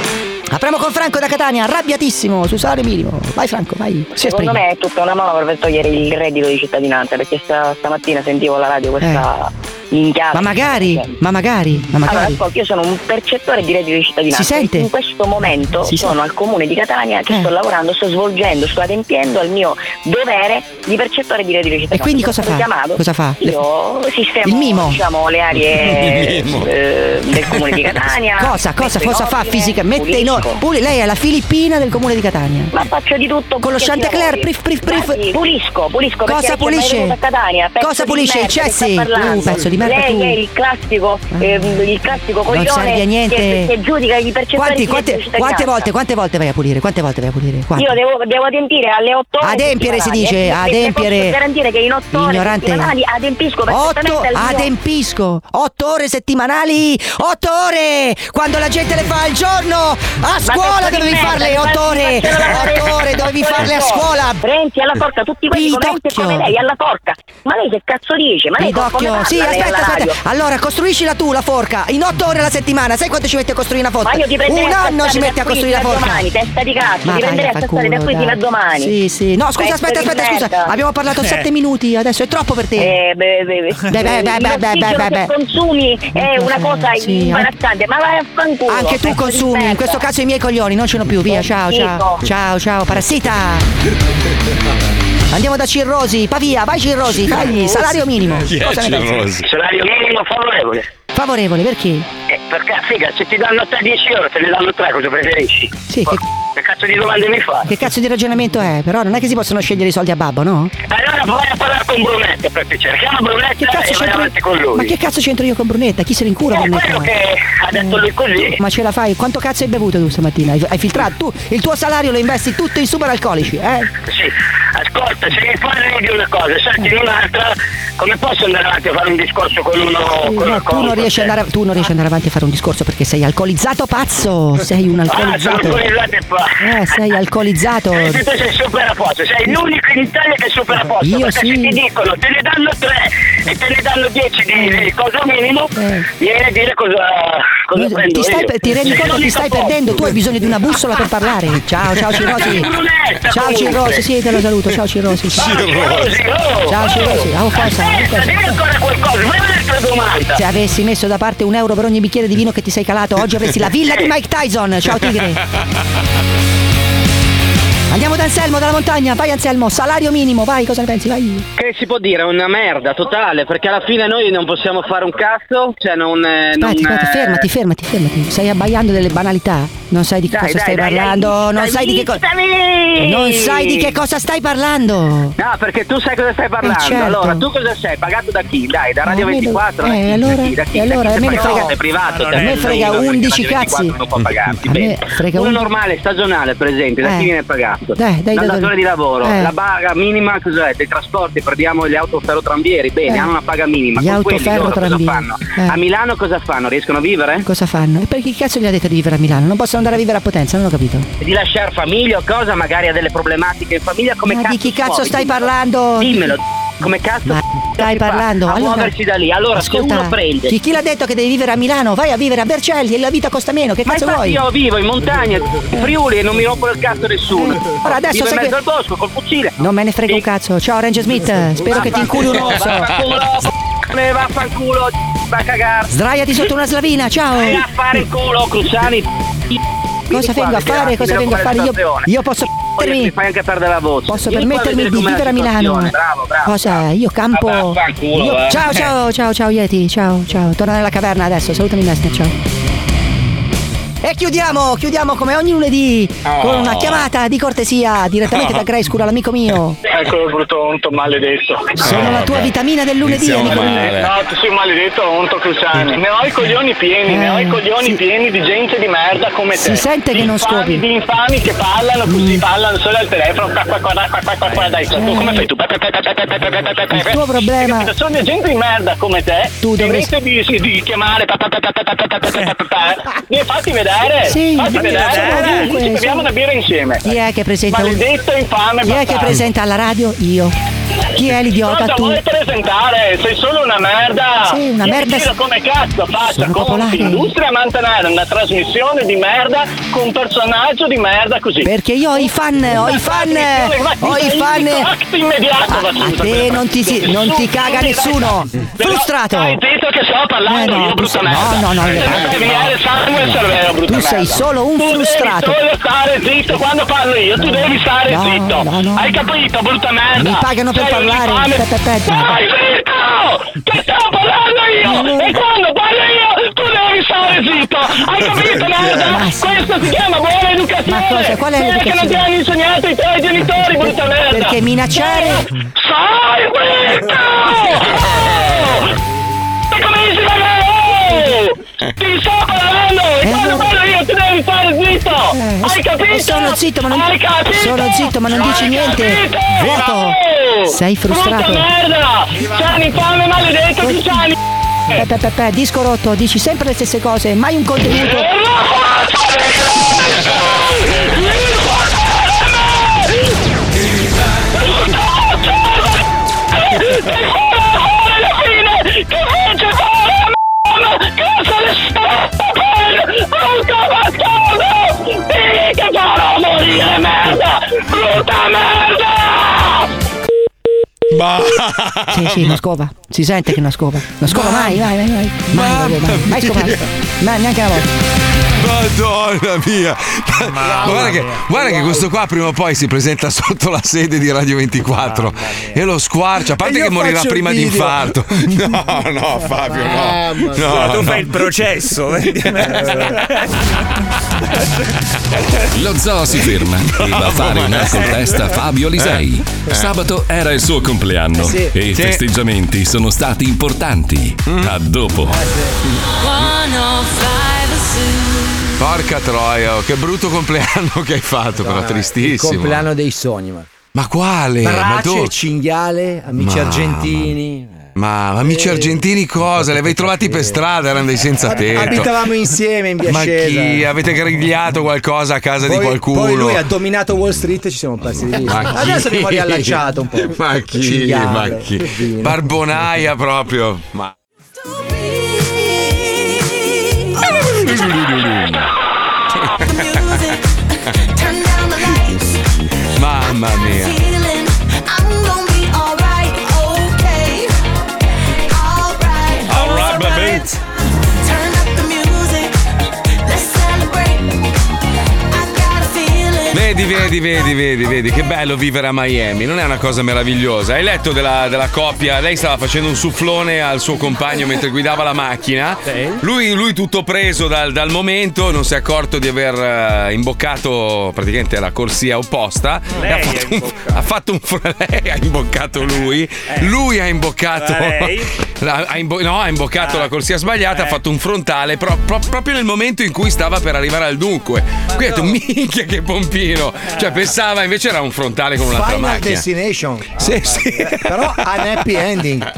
Apriamo con Franco da Catania, arrabbiatissimo sul salario minimo. Vai Franco, vai. Si Secondo esprime. me è tutta una manovra per togliere il reddito di cittadinanza perché sta- stamattina sentivo alla radio questa minchiata. Eh. Ma magari, ma magari, ma Allora, magari. ascolti, io sono un percettore di reddito di cittadinanza. Si sente? In questo momento Si sono al comune di Catania che Eh. sto lavorando, sto svolgendo, sto adempiendo al mio dovere di percettore di reddito di cittadinanza. E quindi cosa Sono fa? Chiamato, Cosa fa? Le- Io sistemo Il mimo? diciamo, le (laughs) aree Il mimo. eh, del comune (laughs) di Catania. Cosa, cosa, metto in cosa fa ordine, fisicamente? Mette in ordine. Pure lei è la Filippina del comune di Catania. Ma faccio di tutto. Con lo perché Chantecler, lavori. prif, prif, prif. Guardi, Pulisco, pulisco. Cosa perché pulisce? c'è mai venuto a Catania, pezzo Cosa di pulisce? merda I che sta cessi? parlando. Uh, pezzo di merda Lei tu. Ah. è il classico, ehm, il classico Non coglione serve a niente. Che, che giudica i percettori Quanti, di reddito di quante, quante cittadinanza. volte, quante volte vai a pulire? Quante volte vai a pulire? Quante? Io devo, devo adempiere alle 8 ore. Adempiere si settimanali, dice, eh, perché adempiere. Posso garantire che in 8 ore Ignorante. settimanali adempisco perfettamente Otto, al mio- adempisco. Otto ore settimanali. Otto ore. Quando la gente le fa al giorno. A scuola pezzo di dovevi merda, farle infatti otto ore. faccio lavorare- Otto ore dovevi faccio farle a lavorare. scuola. Renzi alla forca, tutti quelli come Renzi e Pidocchio. come lei alla forca. Ma lei che cazzo dice? Ma lei Pidocchio. come parla Sì, lei aspetta, alla radio. aspetta. Allora, costruiscila tu la forca in otto ore alla settimana. Sai quanto ci mette a costruire una forca? Ma io ti prenderei Un a anno tazzare ci metti da a qui costruire la fino a forca. domani, testa di cazzo, ti dai, prenderei a fa tazzare da culo, qui fino a dai. domani. Sì, sì. No, scusa, Pezzo aspetta, di aspetta, scusa. merda. Abbiamo parlato Eh. sette minuti, adesso è troppo per te. Eh, beh, beh, (laughs) beh. Beh, beh, beh, beh, beh, L'ossigeno beh, che beh. consumi è una cosa Sì, imbarazzante, ma vai a fanculo. Anche tu pezzo di consumi, in merda. questo caso i miei coglioni non ce n'ho più. Via, ciao, ciao. Schifo. Ciao, ciao, parassita. Andiamo da Cirrosi, Pavia, vai Cirrosi, fagli salario minimo. Cosa ne pensi? Salario minimo favorevole. Favorevole, perché? Eh, perché, figa, se ti danno a te 10 euro, te ne danno 3, cosa preferisci? Sì, che, Che cazzo di domande mi fai? che cazzo di ragionamento è? Però non è che si possono scegliere i soldi a babbo, no? Allora vai a parlare con Brunetta, per piacere. Chiama Che Brunetta cazzo e vai c'entro- avanti con lui. Ma che cazzo c'entro io con Brunetta? Chi se ne incura con me? Quello che ha detto lui così. Ma ce la fai? Quanto cazzo hai bevuto tu stamattina? Hai, hai filtrato? Tu il tuo salario lo investi tutto in superalcolici, eh? Sì, ascolta, se mi parli di una cosa, senti di un'altra, come posso andare avanti a fare un discorso con uno... con No, una Eh, tu, non riesci ad andare, tu non riesci ad andare avanti a fare un discorso perché sei alcolizzato, pazzo! Sei un Ah, sono alcolizzato. alcolizzate qua. Eh, sei alcolizzato. Sì, tu sei super a posto, sei l'unico in Italia che è super a posto. Io perché sì. se ti dicono te ne danno 3 e te ne danno 10 di, di cosa minimo, vieni a dire cosa, cosa prendo Eh. Ti, stai io. per- ti rendi Sei conto che ti l'unico stai a posto. perdendo? Tu hai bisogno di una bussola per parlare. Ciao, ciao Cirrosi. Brunetta, Ciao comunque. Cirrosi, sì, te lo saluto. Ciao Cirrosi. Cirrosi, oh, Ciao Cirrosi, oh. oh, forza, Aspetta, forza. dimmi ancora qualcosa, ma è un'altra domanda. Se avessi messo da parte un euro per ogni bicchiere di vino che ti sei calato, oggi avresti la villa di Mike Tyson. Ciao Tigre. (laughs) Andiamo da Anselmo, dalla montagna. Vai Anselmo, salario minimo, vai, cosa ne pensi? Vai. Che si può dire? È una merda totale, perché alla fine noi non possiamo fare un cazzo, cioè non... eh, non, Aspetta, aspetta, eh, fermati, fermati, fermati. Stai abbaiando delle banalità. Non sai di che cosa dai, stai dai, parlando. non dai, sai di che cosa. aiutami! Non sai di che cosa stai parlando. No, Ah, perché tu sai cosa stai parlando. certo. Allora, tu cosa sei? Pagato da chi? Dai, da Radio a me do- 24? da eh, chi? allora- da chi? Da chi? e allora Da chi? a me Sei ne pagato, frega- sei privato, a me dai, frega dai, dai, 11 Radio 24 cazzi. Non può pagarti. A mm, me bene. frega Uno 11. normale, stagionale, per esempio, da Eh. chi viene pagato? Dai, Dal dai, dai, datore dai. di lavoro. Eh. La paga minima cos'è? Dei trasporti, perdiamo gli autoferrotrambieri. Bene, Eh. hanno una paga minima. Gli Con quelli loro cosa autoferrotrambieri. fanno? Eh. A Milano cosa fanno? Riescono a vivere? Cosa fanno? E perché cazzo gli ha detto di vivere a Milano? Non possono andare a vivere a Potenza, non ho capito. di lasciare famiglia o cosa, magari ha delle problematiche in famiglia, come Ma cazzo di chi ti muovi? cazzo stai Dimmelo. parlando? Dimmelo, come cazzo Ma stai parlando? a muoversi da lì? Allora, se ascolta, uno prende- Chi, chi l'ha detto che devi vivere a Milano? Vai a vivere a Vercelli e la vita costa meno. Che Ma cazzo infatti vuoi? io vivo in montagna, in Friuli e non mi rompo il cazzo nessuno. Eh. Ora adesso vivo in sai mezzo che- al bosco col fucile. Non me ne frega un cazzo. Ciao Ranger Smith, spero che ti inculi un osso. Vaffanculo, c***o, vaffanculo, c***o, va a cagare. Sdraiati sotto una slavina, ciao. Vai a fare il culo, Cruciani. Cosa qua, vengo a vedi, fare? ragazzi, Cosa vediamo vengo a quale fare? Io, situazione. io posso Mi fai anche perdere la voce. Posso Vieni qua a Cioè, permettermi vedere di com'è la vivere a Milano? situazione. Bravo, bravo. Cosa? Io campo. Ah, vaffanculo, Io- eh. (laughs) va. Ciao, ciao, ciao, ciao, Yeti. Ciao, ciao. Torna nella caverna adesso. Salutami, Messner. Ciao. E chiudiamo, chiudiamo come ogni lunedì Oh. con una chiamata di cortesia direttamente (laughs) Oh. da Grayscura, l'amico mio. Eccolo brutto onto maledetto. Sono la tua vitamina del lunedì, Iniziamo amico mio. male. No, tu sei un maledetto onto Cruciani. Ne ho i coglioni pieni, ne ho i coglioni pieni di gente di merda come te. Si sente che Di non infami- scopi. Di infami che parlano così, parlano solo al telefono. Qua, qua, qua, qua, qua, qua, qua, qua, dai, tu come fai tu? Il tuo problema. Sono gente di merda come te. Tu dovresti- invece di, di chiamare pa, pa, pa, pa, pa, pa, pa, pa, pa, pa, pa, mi fatti vedere. Sì, fatti ma- sono vedere. ovunque, Ci sono- beviamo una birra insieme. Chi è che presenta? Maledetto infame Chi è che bastardo. presenta alla radio? Io. Chi è l'idiota? Cosa Tu. vuoi presentare? Sei solo una merda! Sì, una Io merda mi giro s- come cazzo faccia Sono con popolare. Industria Mantanara, una trasmissione di merda con un personaggio di merda così. Perché io ho i fan, ho i fan, ho i fan. immediato va A te non ti, si- non ti caga nessuno. Frustrato. Hai detto che stavo parlando Eh no, io, tu brutta sei- merda. no, no, no, Devi no. eliminare sangue e cervello, brutta Tu sei merda. solo un Tu devi frustrato. solo stare zitto quando parlo io, tu devi stare No, zitto. no, no. Hai capito, brutta merda? Mi pagano per Sei un parlare. infame. Aspetta, aspetta. Stai zitto! Che stavo parlando io! E quando parlo io, tu devi stare zitto! Hai capito, merda? Questo si chiama buona educazione! Ma cosa? Qual Quella è che non l'educazione? ti hanno insegnato i tuoi genitori, brutta merda! Perché minacciare. Stai zitto! Oh! Come dici da me? Oh! Ti sto parlando! E quando parlo io, tu devi stare zitto! Hai capito? Sono zitto, ma non Hai capito? Sono zitto, ma non dici niente. Vuoto. Sei frustrato. Brutta merda! Sei infame maledetto, tu sei Pe, pe, pe, pe, disco rotto, dici sempre le stesse cose, mai un contenuto. alla fine! Che voce brutta merda! Sì, sì, una scopa. Si sente che è una scopa. Una scopa, mai, vai, vai, vai. Mai, vai, vai. Mai (laughs) scopare. Mai, neanche una volta. Madonna mia. guarda che, guarda che questo qua prima o poi si presenta (laughs) sotto la sede di Radio 24 e lo squarcia. A parte E io che morirà faccio il prima di video. infarto. (laughs) No, no, Fabio, no. Mamma no, Eh. mia. tu no. fai il processo, vedi? (laughs) (laughs) Lo zoo si ferma e va a fare un alcol test a Fabio Lisei. Sabato era il suo compleanno Sì. e i Sì. festeggiamenti sono stati importanti. A dopo. oh Porca troia, oh, che brutto compleanno che hai fatto, però Il tristissimo. compleanno dei sogni, ma. Ma quale? Ma Brace, tu- cinghiale, amici Ma- argentini. Ma Eh, amici argentini cosa? Li avevi trovati per strada, erano dei senza tetto. Abitavamo insieme in via Ma Scesa. chi? Avete grigliato qualcosa a casa di Poi- qualcuno? Poi lui ha dominato Wall Street e ci siamo persi di vista. Ma chi? Adesso abbiamo riallacciato un po'. Ma chi? Cinghiale. Ma chi? Barbonaia proprio. Ma. (laughs) Mamma mia. Alright, baby. (laughs) Vedi, vedi, vedi, vedi, vedi, che bello vivere a Miami, non è una cosa meravigliosa. Hai letto della, della coppia, lei stava facendo un sufflone al suo compagno mentre guidava la macchina. Lui, lui tutto preso dal, dal momento, non si è accorto di aver eh, imboccato praticamente la corsia opposta. E ha, Lei fatto un, (laughs) ha fatto un fra- (laughs) lei ha imboccato lui. Lui ha imboccato. Ah, Eh, lei? (laughs) la- ha imbo- no, ha imboccato Ah, la corsia sbagliata, ha fatto un frontale pro- pro- proprio nel momento in cui stava per arrivare al dunque. Qui ha detto, minchia che pompino! Cioè, pensava, invece era un frontale con un'altra Final macchina. Destination. Sì, sì. Però unhappy ending.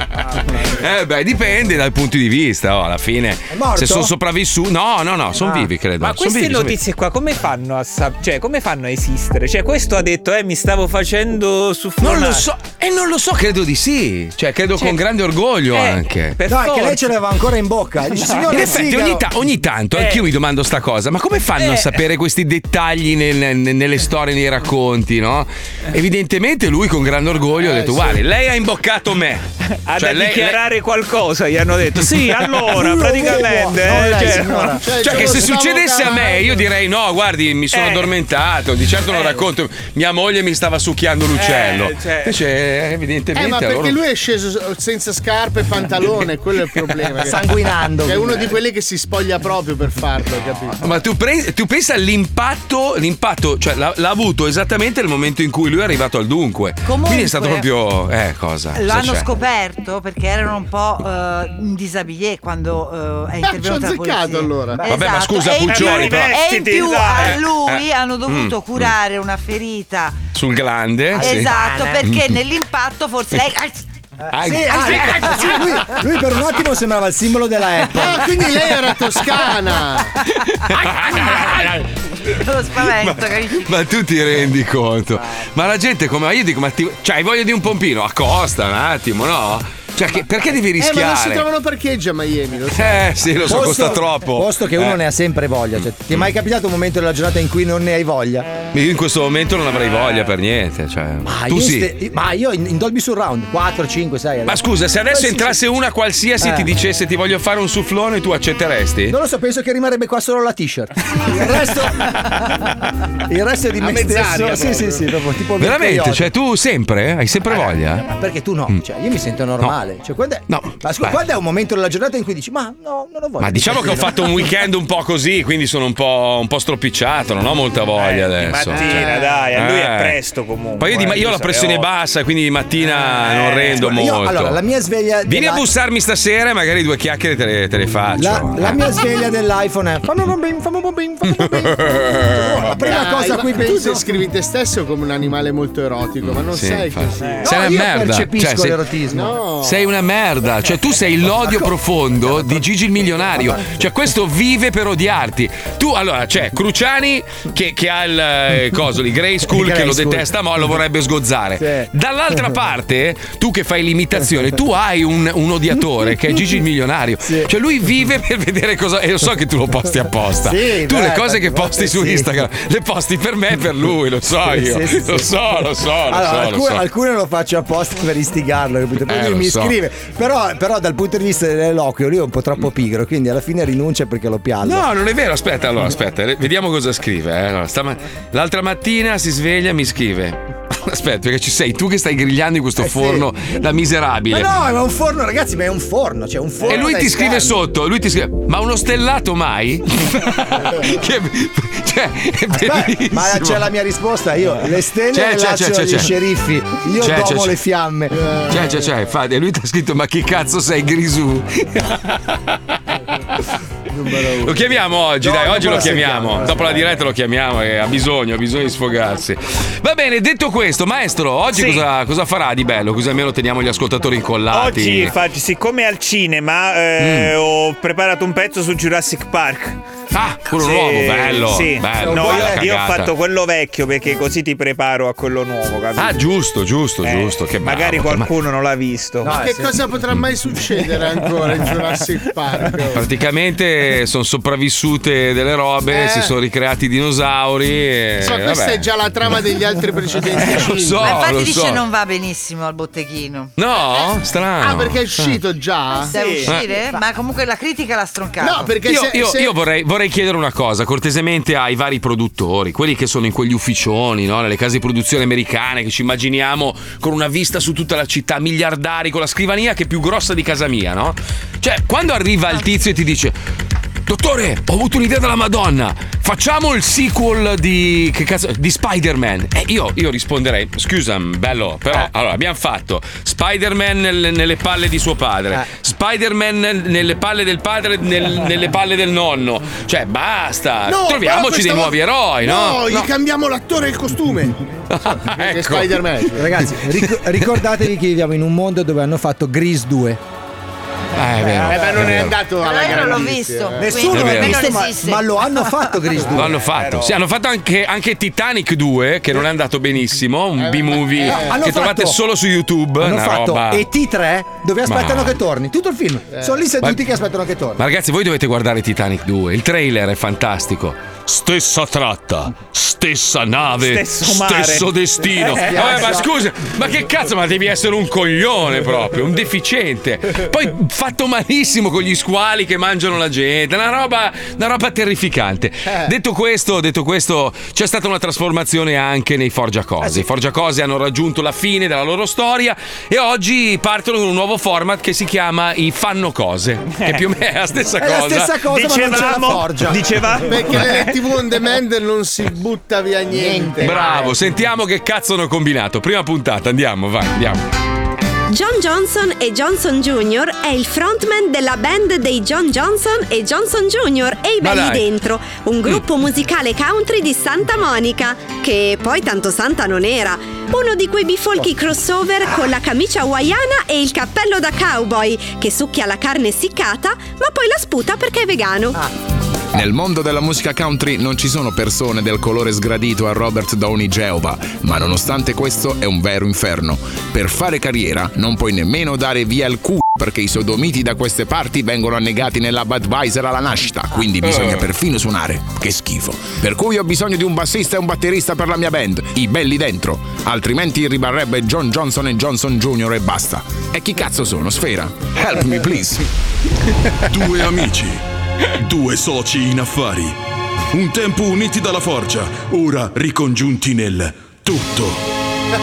Eh beh, dipende dal punto di vista, oh, alla fine. morto? Se sono sopravvissuti. No, no, no, sono Ah. vivi, credo. Ma Son queste vivi, son vivi. notizie qua come fanno a sap- cioè, come fanno a esistere? Cioè, questo ha detto, eh, mi stavo facendo su Non lo so, e non lo so, credo di sì. Cioè, credo Cioè, con grande orgoglio eh, anche. per No, è che forza. lei ce l'aveva ancora in bocca. Dice, signore, In effetti, sigaro. ogni, ta- ogni tanto eh, Eh. anch'io mi domando sta cosa, ma come fanno a Eh. sapere questi dettagli nel- nel- nelle storie, nei racconti, no? Evidentemente lui con grande orgoglio ha detto: Eh, sì. Guarda, lei ha imboccato me. Ha Cioè, da lei- dichiarare qualcosa, gli hanno detto. (laughs) Sì, allora, Lo praticamente. vedo. eh, Non lei, cioè, signora. Cioè, che se succedesse a me, io direi no, guardi, mi sono Eh. addormentato. Di certo non racconto. Mia moglie mi stava succhiando l'uccello. Eh, cioè. Invece, evidentemente. Eh, ma a loro- perché lui è sceso senza scarpe e (laughs) pantalone, quello è il problema. che- Sanguinando. Che È uno di quelli che si spoglia proprio per farlo, hai capito? Ma tu, pre- tu pensa all'impatto, l'impatto, cioè l'ha, l'ha avuto esattamente nel momento in cui lui è arrivato al dunque. Quindi è stato proprio. Eh, cosa? Lo hanno cosa c'è? scoperto perché erano un po' eh, in disabilié quando eh, è intervenuta la polizia. azzeccato, allora. Esatto. Vabbè, ma scusa, e in Puccioni, più- però. E in più Eh, a eh. lui hanno dovuto Mm, curare una ferita. mm. Sul glande. sì. Esatto, perché (laughs) Mm. nell'impatto forse lei... Ah, Sì, ah, sì, lui, lui per un attimo sembrava il simbolo della Apple. Ah, quindi lei era toscana. Lo spavento, Ma- capisci? Ma tu ti rendi conto? Ma la gente come. ma Io dico, ma ti, cioè, hai voglia di un pompino? Accosta un attimo, no? Cioè, che- perché devi Eh, ma non si rischiare? trovano parcheggi a Miami, lo sai. eh, sì, lo so, Posto- costa troppo. Posto che uno Eh, ne ha sempre voglia. Cioè, ti è mai capitato un momento della giornata in cui non ne hai voglia? Io in questo momento non avrei voglia per niente. Cioè. Ah, tu io sì. ste- ma io in, in Dolby Surround 4, 5, 6. Ma scusa, se adesso entrasse una qualsiasi e Eh. ti dicesse ti voglio fare un sufflone, tu accetteresti? Non lo so, penso che rimarrebbe qua solo la t-shirt. Il resto, il resto è di A me mezz'aria stesso. Sì, sì, sì, proprio tipo Mirko Veramente? Iotti. Cioè, tu sempre? Hai sempre voglia? Ma perché tu no? Cioè, io mi sento normale. Cioè, quando è, ma scusa, beh. quando è un momento della giornata in cui dici, ma no, non ho voglia. Ma diciamo che ho fatto un weekend un po' così, quindi sono un po', un po' stropicciato, non ho molta voglia Eh, adesso. Eh. mattina, dai, a lui è presto comunque, Poi io, di- ma- eh, io ho la tu sai, pressione oh. bassa, quindi di mattina non rendo Eh, Io, molto. allora, la mia sveglia. Vieni a della- bussarmi stasera, magari due chiacchiere te le, te le faccio. La, (laughs) la mia sveglia dell'iPhone è fammi un bambino, fammi un bambino, fammi un bambino. La prima cosa a cui Tu descrivi te stesso come un animale molto erotico, ma non Sì, sei infatti. così. Sei una merda. Cioè, sei- No. Sei sei una merda. Cioè, tu sei l'odio profondo di Gigi il milionario. Cioè, questo vive per odiarti. Tu, allora, c'è Cruciani che, che ha il eh, coso di Grey School Il che Grey lo School. detesta, ma lo vorrebbe sgozzare. Sì. Dall'altra parte, tu che fai l'imitazione, tu hai un, un odiatore che è Gigi il milionario. Cioè, lui vive per vedere cosa. E lo so che tu lo posti apposta. Sì, tu le beh, cose che tante posti volte su sì. Instagram le posti per me e per lui, lo so Sì, io. sì, sì, Lo sì. so, lo so, lo Allora, so. lo alcune, so. alcune lo faccio apposta per istigarlo, capito? Poi Eh, lui lo mi so. scrive. Però, però dal punto di vista dell'eloquio lui è un po' troppo pigro, quindi alla fine rinuncia perché lo piallo. No, non è vero, aspetta, allora aspetta, le- vediamo cosa scrive. eh. Allora, stama- l'altra mattina si sveglia e mi scrive. (laughs) Aspetta, perché ci sei tu che stai grigliando in questo forno da Ma miserabile. no, Eh ma è un forno, ragazzi, ma è un forno, cioè un forno. eh. e lui da ti scrive esterno. sotto, lui ti scrive, ma uno stellato (laughs) mai? (laughs) Che- cioè, è Beh, ma bellissimo. c'è la mia risposta, io le stelle C'è, le c'è, lascio c'è, c'è, agli c'è. sceriffi, io C'è, c'è, domo c'è. le fiamme. Cioè, cioè, cioè, fa- e lui ti ha scritto, ma che cazzo sei Grisù? Lo chiamiamo oggi, No, dai, oggi dopo lo chiamiamo. la sentiamo. eh. Dopo la diretta lo chiamiamo e ha bisogno, ha bisogno di sfogarsi. Va bene, detto questo, maestro, oggi cosa, cosa farà di bello? Così almeno teniamo gli ascoltatori incollati. Oggi, infatti, siccome al cinema eh, ho preparato un pezzo su Jurassic Park. Mm. Ah, quello nuovo, bello, Sì. bello, no, bella io, io ho cagata. fatto quello vecchio perché così ti preparo a quello nuovo, capito? Ah, giusto, giusto, Eh, giusto. Che bravo, Magari che qualcuno non l'ha visto. No, eh, Ma che cosa potrà mai succedere ancora in Eh, Jurassic Park? bravo. Praticamente sono sopravvissute delle robe, Eh. si sono ricreati i dinosauri. E, So, questa vabbè. è già la trama degli altri (laughs) precedenti. cinque. so, Ma infatti Eh, lo dice so. non va benissimo al botteghino. No? Strano. Ah, perché è uscito già? Deve uscire? Ma comunque la critica l'ha stroncata. Ah. Eh, No, perché Io, se- io- se- io vorrei, vorrei chiedere una cosa cortesemente ai vari produttori, quelli che sono in quegli ufficioni, no? nelle case di produzione americane, che ci immaginiamo con una vista su tutta la città, miliardari, con la scrivania che è più grossa di casa mia, no? Cioè, quando arriva il tizio e ti dice, dottore, ho avuto un'idea della Madonna, facciamo il sequel di, che cazzo, di Spider-Man. E io, io risponderei, scusa, bello, però, allora, abbiamo fatto Spider-Man nel- nelle palle di suo padre, Spider-Man nel- nelle palle del padre, nel- nelle palle del nonno. Cioè, basta, No, però troviamoci questa dei volta- nuovi eroi, no? Eh, No, gli cambiamo l'attore e (laughs) il costume. Ecco. Spider-Man. (laughs) Ragazzi, ric- ricordatevi che viviamo in un mondo dove hanno fatto Grease 2. Eh, è vero. Eh, beh, non è vero. andato alla Però io non l'ho grandissima. visto. Nessuno È l'ha vero. visto, ma, esiste. ma lo hanno fatto (laughs) Grease 2. Lo hanno fatto, sì, hanno fatto anche, anche Titanic 2, che non è andato benissimo, un B-movie eh, hanno che fatto- trovate solo su YouTube. Hanno una fatto roba... ET3 dove aspettano Ma- Eh. che torni. Tutto il film. Sono lì seduti Ma- che aspettano che torni. Ma ragazzi, voi dovete guardare Titanic 2. Il trailer è fantastico. Stessa tratta, stessa nave, Stesso mare. stesso destino. Vabbè, Eh, ma piazza. scusa, ma che cazzo, ma devi essere un coglione proprio, un deficiente. Poi fatto malissimo con gli squali che mangiano la gente, una roba, una roba terrificante. Eh. Detto questo, detto questo, c'è stata una trasformazione anche nei Forgia Eh, Cose. I Forgia Cose hanno raggiunto la fine della loro storia e oggi partono con un nuovo format che si chiama i Fanno Cose, che più o meno è la stessa (laughs) È cosa. la stessa cosa, ma non c'è la forgia. Perché nelle Eh. TV on demand non si butta via niente. Bravo, sentiamo che cazzo hanno combinato. Prima puntata, andiamo, vai, andiamo. John Johnson e Johnson Jr. è il frontman della band dei John Johnson e Johnson Jr. e i Ma Belli dai. Mm. Dentro, un gruppo musicale country di Santa Monica, che poi tanto santa non era. Uno di quei bifolchi crossover con la camicia hawaiana e il cappello da cowboy, che succhia la carne essiccata, ma poi la sputa perché è vegano. Ah. Nel mondo della musica country non ci sono persone del colore sgradito a Robert Downey Geova, ma nonostante questo è un vero inferno. Per fare carriera non puoi nemmeno dare via il culo perché i sodomiti da queste parti vengono annegati nella Budweiser alla nascita, quindi bisogna Eh. perfino suonare. Che schifo. Per cui ho bisogno di un bassista e un batterista per la mia band, i belli dentro, altrimenti rimarrebbe John Johnson e Johnson Jr. e basta. E chi cazzo sono, Sfera? Help me please. Due amici, due soci in affari. Un tempo uniti dalla forgia, ora ricongiunti nel tutto.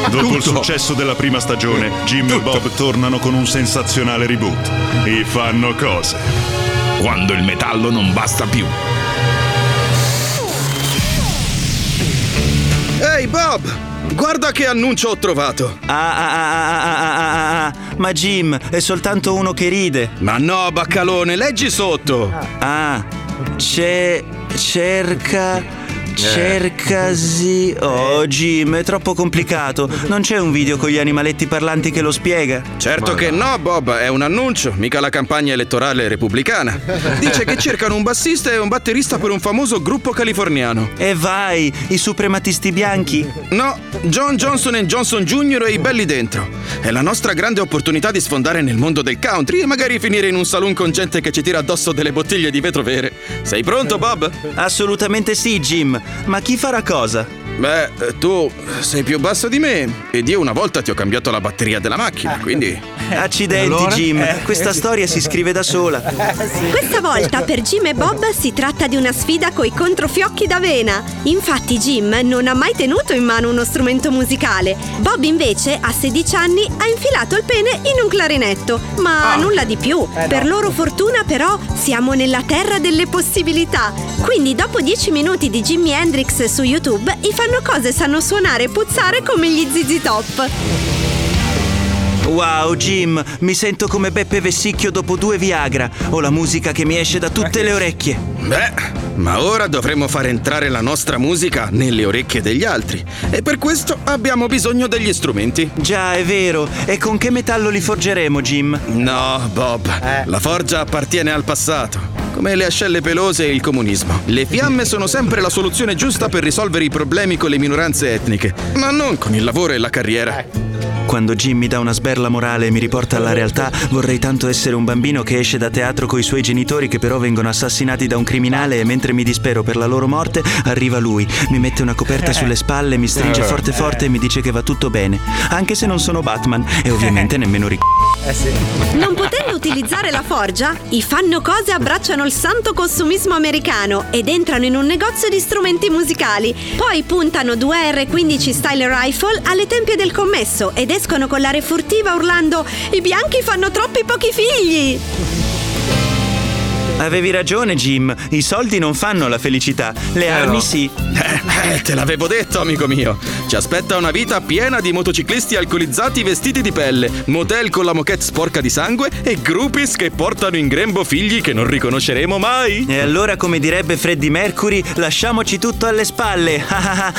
Dopo il Tutto. successo della prima stagione, Jim e Bob tornano con un sensazionale reboot. E fanno cose. Quando il metallo non basta più. Ehi Bob! Guarda che annuncio ho trovato! Ah, ah, ah, ah, ah, ah, ah, ah, ma Jim è soltanto uno che ride. Ma no, baccalone, leggi sotto! Ah, c'è. cerca Cercasi. Oh, Jim, è troppo complicato. Non c'è un video con gli animaletti parlanti che lo spiega. Certo che no, Bob, è un annuncio, mica la campagna elettorale repubblicana. Dice che cercano un bassista e un batterista per un famoso gruppo californiano. E vai, i suprematisti bianchi. No, John Johnson Johnson Jr. e i belli dentro. È la nostra grande opportunità di sfondare nel mondo del country e magari finire in un saloon con gente che ci tira addosso delle bottiglie di vetro vere. Sei pronto, Bob? Assolutamente sì, Jim. Ma chi farà cosa? Beh, tu sei più basso di me ed io una volta ti ho cambiato la batteria della macchina, quindi... Accidenti, Jim. Questa storia si scrive da sola. Questa volta per Jim e Bob si tratta di una sfida coi controfiocchi d'avena. Infatti Jim non ha mai tenuto in mano uno strumento musicale. Bob invece a 16 anni ha infilato il pene in un clarinetto, ma nulla di più. per loro fortuna però siamo nella terra delle possibilità. Quindi dopo 10 minuti di Jimi Hendrix su YouTube, i fanno cose sanno suonare e puzzare come gli ZZ Top. Wow, Jim, mi sento come Beppe Vessicchio dopo due Viagra. Ho la musica che mi esce da tutte le orecchie. Beh, ma ora dovremmo far entrare la nostra musica nelle orecchie degli altri. E per questo abbiamo bisogno degli strumenti. Già, è vero. E con che metallo li forgeremo, Jim? Eh. No, Bob. La forgia appartiene al passato. Come le ascelle pelose e il comunismo. Le fiamme sono sempre la soluzione giusta per risolvere i problemi con le minoranze etniche, ma non con il lavoro e la carriera. Ecco. Quando Jim mi dà una sberla morale e mi riporta alla realtà, vorrei tanto essere un bambino che esce da teatro coi suoi genitori che però vengono assassinati da un criminale e mentre mi dispero per la loro morte, arriva lui, mi mette una Eh. coperta sulle spalle, mi stringe forte forte e mi dice che va tutto bene, anche se non sono Batman e ovviamente nemmeno ric... Eh sì. Non potendo utilizzare la forgia, i fanno cose abbracciano il santo consumismo americano ed entrano in un negozio di strumenti musicali. Poi puntano due R15 style rifle alle tempie del commesso ed escono con l'aria furtiva urlando I bianchi fanno troppi pochi figli! Avevi ragione Jim, i soldi non fanno la felicità, le armi sì. Eh, te l'avevo detto, amico mio. Ci aspetta una vita piena di motociclisti alcolizzati vestiti di pelle, motel con la moquette sporca di sangue e groupies che portano in grembo figli che non riconosceremo mai. E allora, come direbbe Freddie Mercury, lasciamoci tutto alle spalle.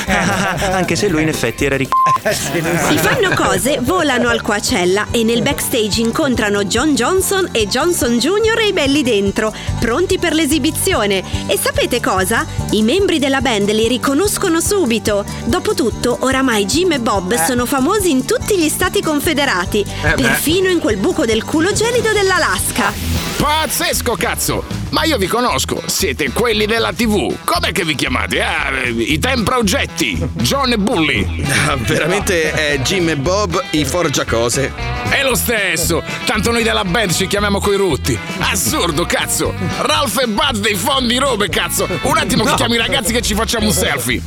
(laughs) Ah, Anche se lui in effetti era ricco. Eh, Si fanno cose, volano al Coacella e nel backstage incontrano John Johnson e Johnson Jr. e i belli dentro, pronti per l'esibizione. E sapete cosa? I membri della band li riconoscono subito. Dopotutto, oramai Jim e Bob sono famosi in tutti gli stati confederati, Eh beh. perfino in quel buco del culo gelido dell'Alaska. Pazzesco cazzo! Ma io vi conosco, siete quelli della TV. Com'è che vi chiamate? Ah, eh, i Tempra Oggetti, John e Bully. Veramente è Jim e Bob i forgiacose. È lo stesso, tanto noi della band ci chiamiamo coi rutti. Assurdo, cazzo! Ralph e Buzz dei fondi robe, cazzo! Un attimo che No. chiamo i ragazzi che ci facciamo un (laughs) selfie.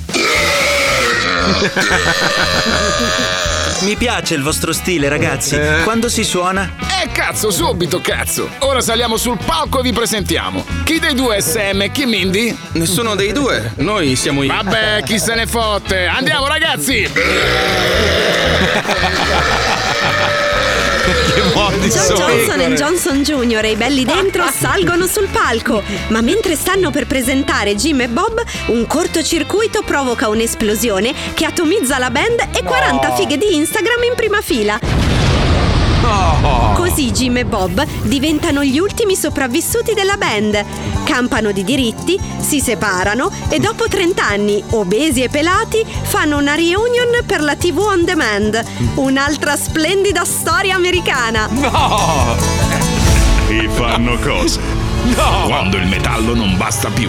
Mi piace il vostro stile, ragazzi. Quando si suona? Eh cazzo, subito cazzo! Ora saliamo sul palco e vi presentiamo. Chi dei due è Sam e chi Mindy? Nessuno dei due, noi siamo io. Vabbè, chi se ne fotte! Andiamo ragazzi! John Johnson e Johnson Jr. e i belli dentro salgono sul palco, ma mentre stanno per presentare Jim e Bob, un cortocircuito provoca un'esplosione che atomizza la band e 40 fighe di Instagram in prima fila. Così Jim e Bob diventano gli ultimi sopravvissuti della band. Campano di diritti, si separano e dopo 30 anni, obesi e pelati, fanno una reunion per la TV on demand. Un'altra splendida storia americana. No! E fanno cose. No! Quando il metallo non basta più.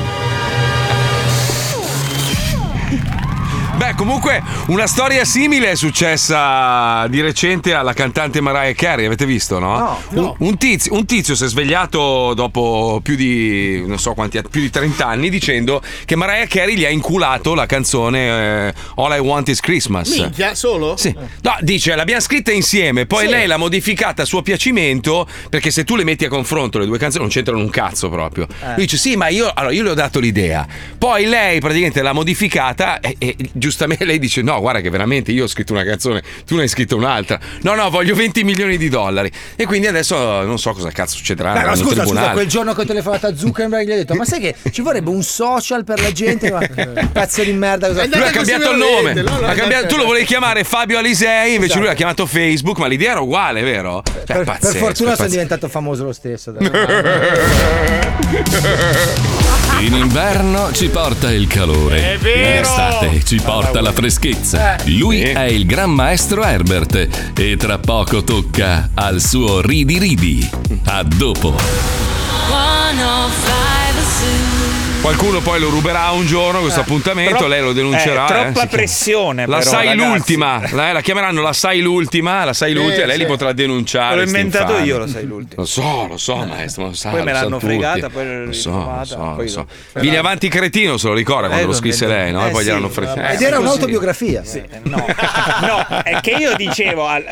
Beh, comunque una storia simile è successa di recente alla cantante Mariah Carey, avete visto, no? Un, un tizio, un tizio si è svegliato dopo più di non so quanti anni- più di 30 anni dicendo che Mariah Carey gli ha inculato la canzone eh, All I Want is Christmas. Minchia, solo? Sì. No, dice l'abbiamo scritta insieme, poi lei l'ha modificata a suo piacimento, perché se tu le metti a confronto le due canzoni non c'entrano un cazzo proprio. Eh. Lui dice sì, ma io, allora, io le ho dato l'idea, poi lei praticamente l'ha modificata e, e giustamente giustamente lei dice no guarda che veramente io ho scritto una canzone tu ne hai scritta un'altra no no voglio 20 milioni di dollari e quindi adesso non so cosa cazzo succederà Beh, Eh, ma andranno in scusa, scusa, tribunale. quel giorno che ho telefonato a Zuckerberg gli ho detto: Ma sai che ci vorrebbe un social per (laughs) la gente? Ma cazzo di merda, cosa Lui ha cambiato il nome, ha cambiato- tu lo volevi chiamare Fabio Alisei, invece lui l'ha chiamato Facebook, ma l'idea era uguale, vero? Cioè, Esatto. Per, per pazzesco, fortuna sono pazzesco. diventato famoso lo stesso. (laughs) dai. In inverno ci porta il calore. È vero! In estate ci porta la freschezza. Eh. Lui è il gran maestro Herbert. E tra poco tocca al suo Ridi Ridi. A dopo. oh Qualcuno poi lo ruberà un giorno questo Eh, appuntamento, tro- lei lo denuncerà. eh, eh, troppa si chiama. pressione, La però, sai ragazzi. l'ultima, la, la chiameranno la sai l'ultima, la sai Sì, l'ultima, lei sì. li potrà denunciare. L'ho sti inventato infami. io, la sai l'ultima. Eh. Lo so, lo so, maestro, lo sa, Poi lo me l'hanno sa tutti. fregata, poi l'ho lo so, ritrovata, lo so, poi lo so. l'ho- Vieni avanti cretino, se lo ricorda quando Eh, lo non scrisse vedo- lei, no? eh, e poi sì, gliel'hanno fregata. Ed Eh, era così. un'autobiografia. Eh, (laughs) No, è che io dicevo al-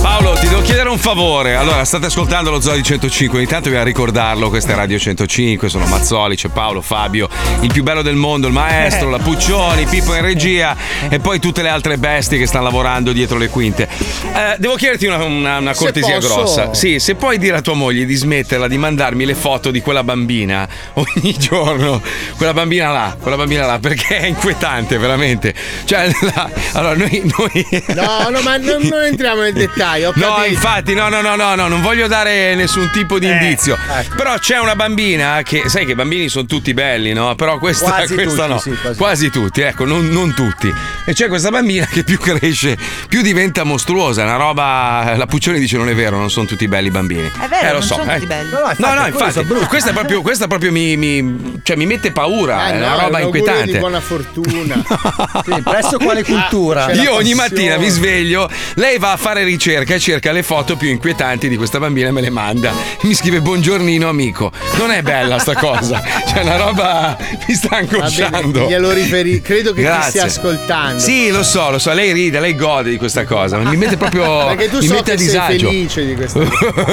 Paolo, ti devo chiedere un favore. Allora, state ascoltando lo Zoo di 105. Ogni tanto vi va a ricordarlo. Questa è Radio 105. Sono Mazzoli, c'è Paolo, Fabio, il più bello del mondo, il maestro, la Puccioni, Pippo in regia e poi tutte le altre bestie che stanno lavorando dietro le quinte. Eh, devo chiederti una, una- una Se cortesia posso. grossa. Sì, se puoi dire a tua moglie di smetterla di mandarmi le foto di quella bambina (laughs) ogni giorno. Quella bambina là, quella bambina là, perché è inquietante, veramente. Cioè, (laughs) là- allora noi- noi... No, no, ma non, non entriamo nel dettaglio. ho No, capito. infatti, no, no, no, no, no, non voglio dare nessun tipo di indizio. Però c'è una bambina che, sai che i bambini sono tutti belli, no? Però questa, Quasi questa tutti, no. sì, quasi. tutti, ecco, non, non tutti. E c'è questa bambina che più cresce, più diventa mostruosa. Una roba. La Puccioni dice: Non è vero, non sono tutti belli i bambini. È vero, eh, lo non so. sono eh. tutti belli. No, no, infatti, questa proprio, questa proprio mi, mi- cioè, mi mette paura, Eh, è no, una roba un augurio di inquietante. buona (laughs) fortuna. Ah, cioè, sì, presso quale cultura? c'è la Io ogni passione. mattina mi sveglio, lei va a fare ricerca e cerca le foto più inquietanti di questa bambina e me le manda. Mi scrive buongiornino amico. Non è bella sta (laughs) cosa. Cioè la roba mi sta Va bene, angosciando. glielo riferi. Credo che ti Grazie. stia ascoltando. Sì, lo so, lo so, lei ride, lei gode di questa cosa, mi mette (laughs) proprio Perché tu mi so mette a che sei disagio. felice di questo. (laughs) A (laughs)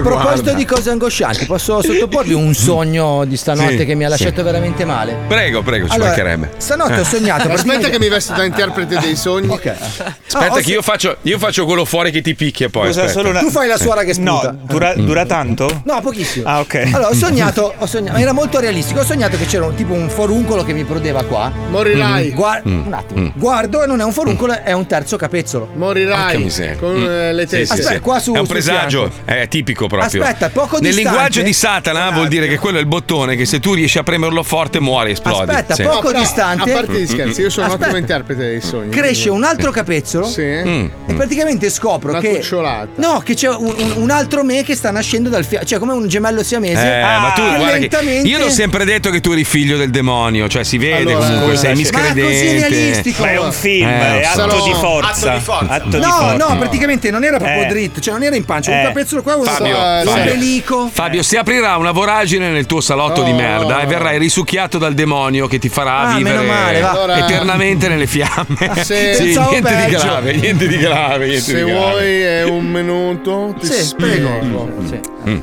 Guarda. proposito di cose angoscianti, posso sottoporvi un sogno di stanotte Sì, che mi ha sì. lasciato veramente male? Prego, prego, ci Allora, mancherebbe. Eh. Stanotte ho sognato. Eh. Aspetta praticamente- Ah, che mi vesto da interprete dei sogni. Aspetta che io faccio, io faccio quello fuori che ti picchia poi. Scusa, aspetta. Mm. solo una- Oh, Tu fai la suora che sputa. No, dura, dura tanto? No, pochissimo. Ah, ok. Allora, ho sognato, ho sognato, era molto realistico. Ho sognato che c'era un- tipo un foruncolo che mi prudeva qua. Morirai. Gua- Mm. Un attimo. Guardo e non è un foruncolo, è un terzo capezzolo. Porca Morirai miseria. con Mm. eh, le Sì, teste. sì, sì. è un presagio, è tipico proprio. Aspetta, poco Nel distante- linguaggio di Satana vuol dire che quello è il bottone che se tu riesci a premerlo forte muore, esplode. Aspetta, Sì. poco No, distante. a parte gli scherzi, io sono un Aspetta. ottimo interprete dei Certo, sogni. Cresce un altro capezzolo Mm. e praticamente scopro Una che. cucciolata. No, che c'è un, un- un altro me che sta nascendo dal fianco, cioè come un gemello siamese. Eh, ma tu che guarda che- Ah, lentamente. io l'ho sempre detto che tu eri figlio del demonio, cioè si vede Allora, comunque, scusa, sei sì. miscredente. Ma è così realistico. Ma è un film, è Eh, lo so. atto di forza. Atto di forza. Atto di No, forza. no, praticamente non era proprio Eh. dritto, cioè non era in pancia, un Eh. capezzolo qua, un Fabio, un Fabio. ombelico. Fabio, si aprirà una voragine nel tuo salotto di merda e verrai risucchiato dal demonio che ti farà Oh. Ah, vivere meno male, va. Allora- eternamente nelle (laughs) fiamme. Ah, Se- sì, Pensavo niente di peggio. grave, niente di grave. Niente Se di grave. vuoi è un minuto, ti spiego. Mm. Mm.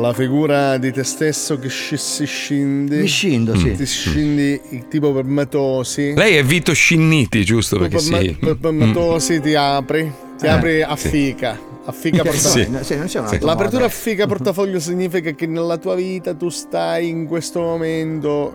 La figura di te stesso che sci- si scindi. Mi scindo, sì. Ti scindi il tipo per metosi. Lei è Vito Scinniti, giusto? Perché per, sì. per- Mm. per metosi ti apri. Ti Eh, apri a sì. fica. A fica Sì. portafoglio. No, sì, non c'è un altro L'apertura modo. a Mm-hmm. fica portafoglio significa che nella tua vita tu stai in questo momento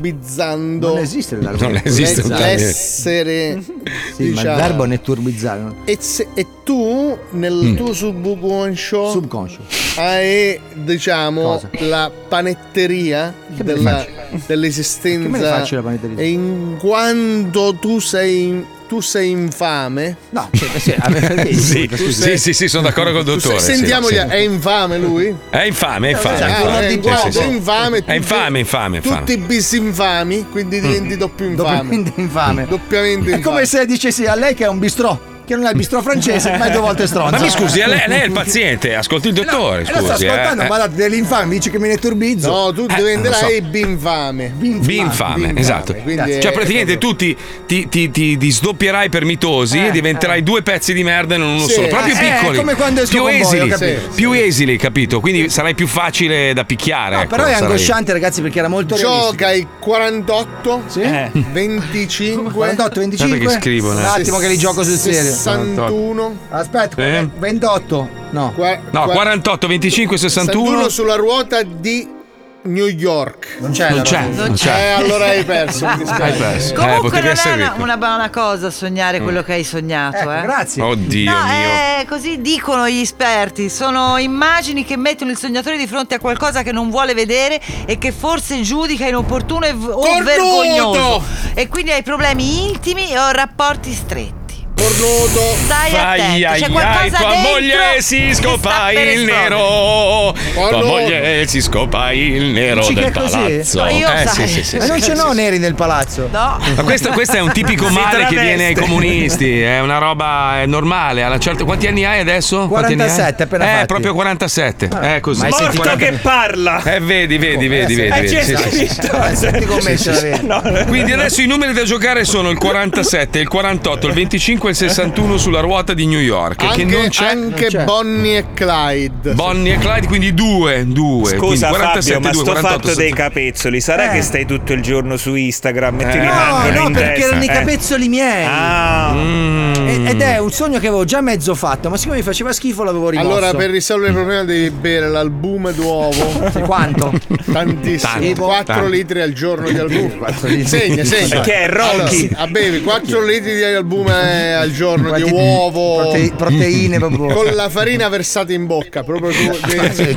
netturbizzando. Non esiste il verbo. Non esiste un l'es- termine. L'essere. Sì, ma il diciamo, verbo è netturbizzare. no? e, se- e tu nel Mm. tuo subconscio Subconscio. hai diciamo Cosa? la panetteria Che me ne della- faccio? dell'esistenza Che me ne faccio la panetteria? e in quanto tu sei in- tu sei infame no sì, (laughs) sì, (laughs) sì, sì, sì, sono d'accordo col dottore. sì, sentiamogli sì. è infame lui È infame, è infame. Ah, infame. è Sì, sì, infame, sì. è infame, È infame, infame, infame. tutti bisinfami quindi diventi doppio infame Mm, Doppiamente Mm. (laughs) infame. doppiamente È infame come se dicessi a lei che è un bistrò. che non è il bistro francese, ma è due volte stronzo. Ma mi scusi, eh, lei, lei (laughs) è il paziente, ascolti il dottore. Eh, lo sto scusi, eh. ascoltando, Eh. ma date dell'infame, dice che me ne turbizzo. No, tu Eh, non lo diventerai so. binfame. Binfame. Binfame, binfame, esatto. quindi cioè, è- praticamente tu ti, ti, ti, ti- ti sdoppierai per mitosi e diventerai due pezzi di merda e non uno Eh, Sì, solo. Proprio eh, piccoli. è come quando esco più con voi, ho esili, capito. più esili, capito? Quindi sarai più facile da picchiare. ecco, Però è sarai- angosciante, ragazzi, perché era molto Gioca il 48, Eh. 25, 48, 25. Guarda che scrivono, eh. Un attimo che li gioco sul serio. 61. Aspetta, Sì. 28. No. Eh? No, 48, 25, 61. 61 sulla ruota di New York. Non c'è. Non la c'è, ruota. non c'è. Eh, allora (laughs) hai perso. mi dispiace. Hai perso. Eh, Comunque potevi non è essere una, ricco. una buona cosa sognare Mm. quello che hai sognato. eh. Grazie. Oddio No, mio. eh, così dicono gli esperti. Sono immagini che mettono il sognatore di fronte a qualcosa che non vuole vedere e che forse giudica inopportuno e v- o Cornuto! vergognoso. E quindi hai problemi intimi o rapporti stretti. Stai Ai, attento, ai, c'è ai, qualcosa tua dentro moglie si che sta scopa per il esplodere. nero. Tua Allora. moglie si scopa il nero Dici che del è così? palazzo. Ma io Eh, sai. sì, sì, sì, Ma sì, non sì, ce sì, n'ho neri nel palazzo. No. Ma questo, questo è un tipico Si male che traveste. viene ai comunisti, è una roba è normale. alla certa- Quanti anni hai adesso? Quanti anni hai? 47 appena eh, fatti. Ah, proprio 47. È così. Ma hai Morto sentito- che parla. Eh, vedi, vedi, vedi, vedi. vedi. Sì, sì, sì, sì. Eh, Senti con me Sì, ce sì, l'avete. Quindi adesso i numeri da giocare sono il 47, il 48, il 25 e il 61 sulla ruota di New York. Anche, che non c'è. anche Bonnie e Clyde. Bonnie e Clyde, quindi due, due. quindi Scusa 47, Fabio, ma due, sto 48, fatto dei capezzoli, sarà Eh. che stai tutto il giorno su Instagram e ti Eh. No, rimangono no, in perché testa? erano i Eh. capezzoli miei. Ah. Mm. E- Ed è un sogno che avevo già mezzo fatto, ma siccome mi faceva schifo l'avevo rimosso. Allora, per risolvere il problema devi bere l'albume d'uovo. Quanto? Tantissimo. Tanto, 4 tanto. litri al giorno di albume. litri. segna, segna. Perché è Rocky. Allora, ah, bevi 4 litri di albume al giorno di Quanti- uovo. prote- proteine proprio. Con la farina versata in bocca. Proprio (laughs) tu. (laughs) Sì,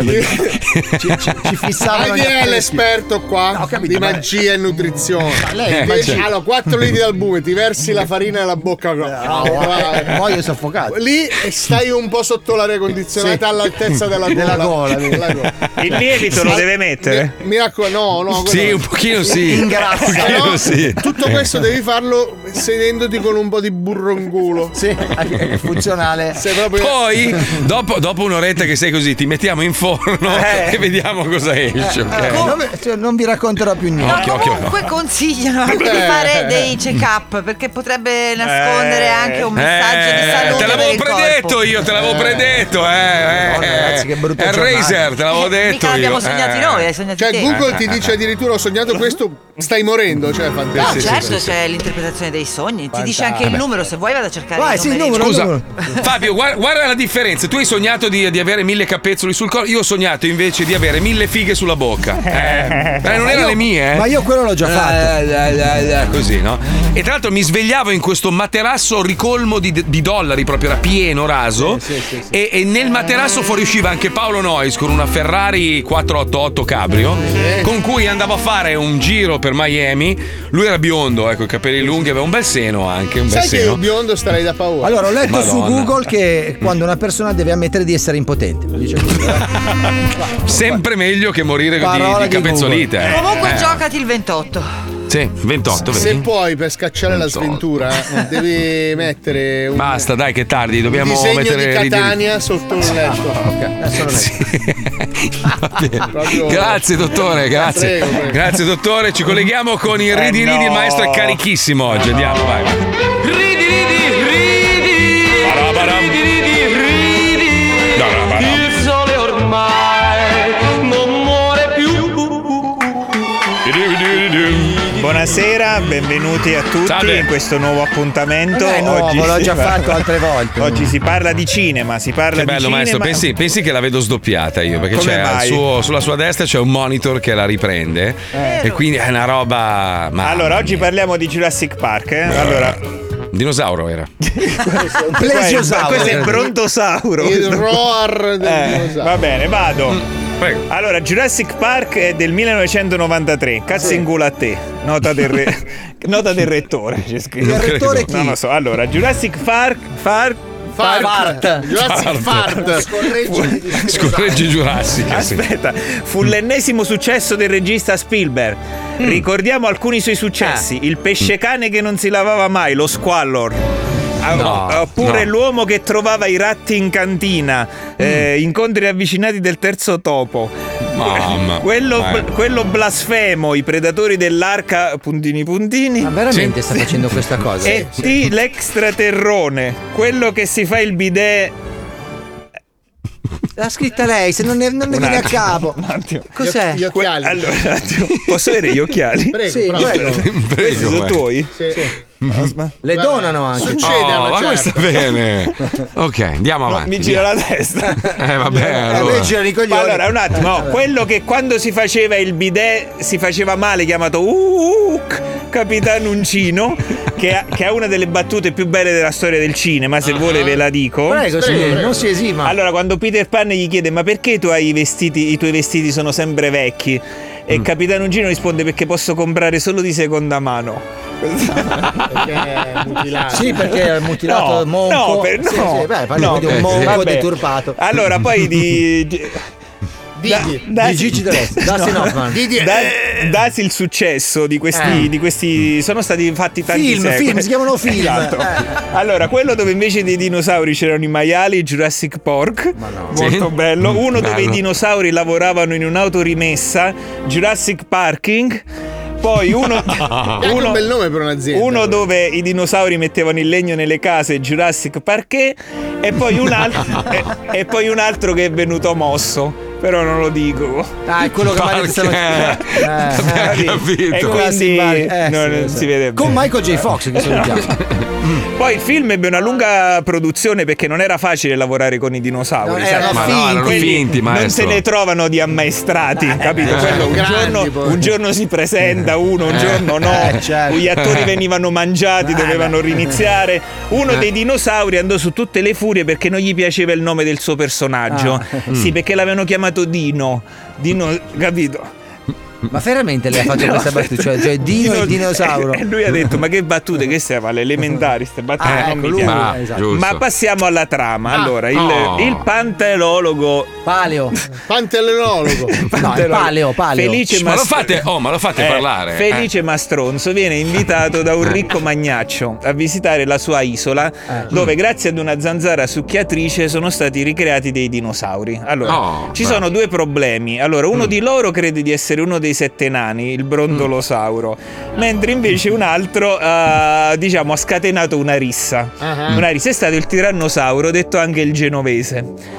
(laughs) quindi. ci, ci, ci Ma fissavano chi gli è affreschi. l'esperto qua di ma- magia e nutrizione? lei- Ti ma dice, c'è. allora, 4 litri di albume, ti versi la farina nella bocca. eh, poi è soffocato. Lì stai un po' sotto l'aria condizionata Sì. all'altezza della gola. Della gola, vedi. Della gola. Il lievito lo deve mettere? Mi raccomando, no, no. quello Sì, no. un pochino sì. Ingrassa. Un pochino Però sì. Tutto questo devi farlo sedendoti con un po' di burro in culo. Sì, è funzionale. Sei proprio Poi, eh, dopo, dopo un'oretta che sei così, ti mettiamo in forno Eh. e vediamo cosa esce. ok? Eh, non, cioè, non vi racconterò più niente. Occhio, occhio. Comunque consigliano anche di Eh. fare dei check-up perché potrebbe nascondere anche un messaggio di Eh, salute. te per l'avevo il predetto corpo. io, te l'avevo predetto, eh. eh, ragazzi, che brutta È giornata. Razer, te l'avevo Eh, detto. mica l'abbiamo io, sognati eh. noi, hai sognato Cioè, te. Google ti dice addirittura ho sognato questo, stai morendo, cioè è No, fantastico. certo, c'è l'interpretazione dei sogni, ti dice Fantastico. anche il Vabbè. numero, se vuoi vado a cercare Vai, il sì, numero. Scusa, eh. Fabio, guarda, guarda la differenza. Tu hai sognato di, di avere mille capezzoli sul collo. Io ho sognato invece di avere mille fighe sulla bocca. Eh, eh, non Ma erano io- le mie, eh. Ma io quello l'ho già fatto. Eh, Così, no? E tra l'altro mi svegliavo in questo materasso ricolmo di, di dollari, proprio era pieno raso. E, e Eh. nel materasso fuoriusciva anche Paolo Nois con una Ferrari 488 Cabrio, con cui andavo a fare un giro per Miami. Lui era biondo, ecco, i capelli lunghi, aveva un bel seno anche. Un bel Sai che seno. io biondo starei da paura. Allora, ho letto su Madonna. Google che quando una persona deve ammettere di essere impotente. Dice così. (laughs) Sempre meglio che morire di, Parola di di capezzolite. eh. cioè, Comunque Eh. giocati il 28. Sì, 28, Se vedi? puoi, per scacciare la sventura, eh, devi mettere un Basta, dai, che è tardi, dobbiamo disegno mettere Ah, di Catania sotto il letto. Eh, (laughs) Proprio- Grazie dottore, grazie. Prego, prego. Grazie dottore, ci colleghiamo con Eh il Ridi Ridi, il maestro è carichissimo oggi, andiamo, vai. Ridi, ridi, ridi. Ridi, ridi, ridi. Il sole ormai non muore (laughs) più. Buonasera, benvenuti a tutti Salve. in questo nuovo appuntamento. Non è nuovo, Oggi Eh, l'ho si già parla- fatto altre volte. Oggi si parla di cinema, si parla Che di bello cinema. maestro, pensi, pensi che la vedo sdoppiata io, perché Come c'è al mai? suo- sulla sua destra c'è un monitor che la riprende Eh. e quindi è una roba... Ma Allora, oggi parliamo di Jurassic Park. eh? Allora, Dinosauro era. questo, plesiosauro. questo è il brontosauro. Il roar del Eh, dinosauro. Va bene, vado. Mm, Allora, Jurassic Park è del 1993. Cazzo in culo a te. Nota del, (laughs) re- nota del rettore. C'è scritto. Il rettore chi? Non lo so. Allora, Jurassic Park. Park Fart. Jurassic Park. Fart. Scorreggi. Scorreggi Jurassic. sì. Esatto. Aspetta, fu l'ennesimo successo del regista Spielberg. Mm. Ah. Ricordiamo alcuni suoi successi: Il pesce cane che non si lavava mai, lo Squallor. Ah, No, Oppure no. Mm. l'uomo che trovava i ratti in cantina, eh, incontri avvicinati del terzo topo. Mamma. (laughs) Quello, Eh. quello blasfemo, i predatori dell'arca, puntini puntini. Ma veramente sta facendo questa cosa? E T, l'extraterrone, quello che si fa il bidet. L'ha scritta lei, se non ne, non ne Un viene a attimo, capo. Cos'è? Gli occhiali. Allora, un attimo, posso avere gli occhiali? Prego, Sì, prego. prego. Questi sono vai. tuoi? Le donano anche. Oh, ma questo è bene. Ok, andiamo avanti. mi gira via. la testa. (laughs) Eh, vabbè. allora. Ma allora, un attimo, no, quello che quando si faceva il bidet si faceva male, chiamato Uuk, Capitano Uncino, che ha, che ha una delle battute più belle della storia del cinema, Ah. se vuole ve la dico. Prego, sì, Prego, prego. non si esima. Allora, quando Peter Pan gli chiede ma perché tu hai i, vestiti, i tuoi vestiti sono sempre vecchi? Mm. E Capitano Uncino risponde perché posso comprare solo di seconda mano. Sì, perché è mutilato No, monco. no, per- Sì, no. sì, beh, parliamo No, di un eh, monco vabbè. deturpato. Allora, poi di. di- di Gigi D'Alessio, Dustin Hoffman. Didi- Da- dasi il successo di questi, Eh. di questi- sono stati fatti tanti Film, sequel. film, si chiamano film. Esatto. Eh. allora quello dove invece dei dinosauri c'erano i maiali Jurassic Park molto Sì. bello Mm, uno dove bello. i dinosauri lavoravano in un'autorimessa Jurassic Parking (laughs) poi uno, (laughs) È anche un bel nome per un'azienda. uno dove i dinosauri mettevano il legno nelle case, Jurassic Parquet, e poi (laughs) un, alt- e, e poi un altro che è venuto mosso, però non lo dico. Ah, è quello che mi ha detto (laughs) stamattina. Eh, Perché? eh. E quindi Eh, no, sì, non sì. si vede Con bene. Michael J. Fox che salutiamo. (laughs) Poi il film ebbe una lunga produzione perché non era facile lavorare con i dinosauri. No, sai? erano Ma no, finti. erano Quelli finti, non maestro. se ne trovano di ammaestrati, capito? eh, Quello un, grandi giorno, poi. un giorno si presenta uno, un Eh. giorno no. Eh, certo. Gli attori venivano mangiati, Eh, dovevano riniziare. Uno Eh. dei dinosauri andò su tutte le furie perché non gli piaceva il nome del suo personaggio. Ah. Sì, Mm. perché l'avevano chiamato Dino. Dino, capito? Ma veramente lei ha fatto (laughs) No, questa battuta? Cioè, cioè Dino e il (laughs) dinosauro. (laughs) E lui ha detto: Ma che battute, che siamo alle elementari, ste battute. Ah, non ecco, mi lui, piacciono." esatto. giusto. Ma passiamo alla trama. Ah, allora, il, no. il pantelologo. (laughs) Paleo. Pantelologo. No, è paleo, paleo. Felice Shh, ma lo Mastro- fate- oh, ma lo fate parlare, eh. Felice Mastronzo viene invitato da un ricco magnaccio a visitare la sua isola, Eh. dove Mm. grazie ad una zanzara succhiatrice sono stati ricreati dei dinosauri. Allora, Oh, ci beh. sono due problemi. Allora, Mm. uno di loro crede di essere uno dei sette nani, il brondolosauro, Mm. mentre invece un altro, eh, diciamo, ha scatenato una rissa. Ah. Una rissa è stato il tirannosauro, detto anche il genovese. (laughs)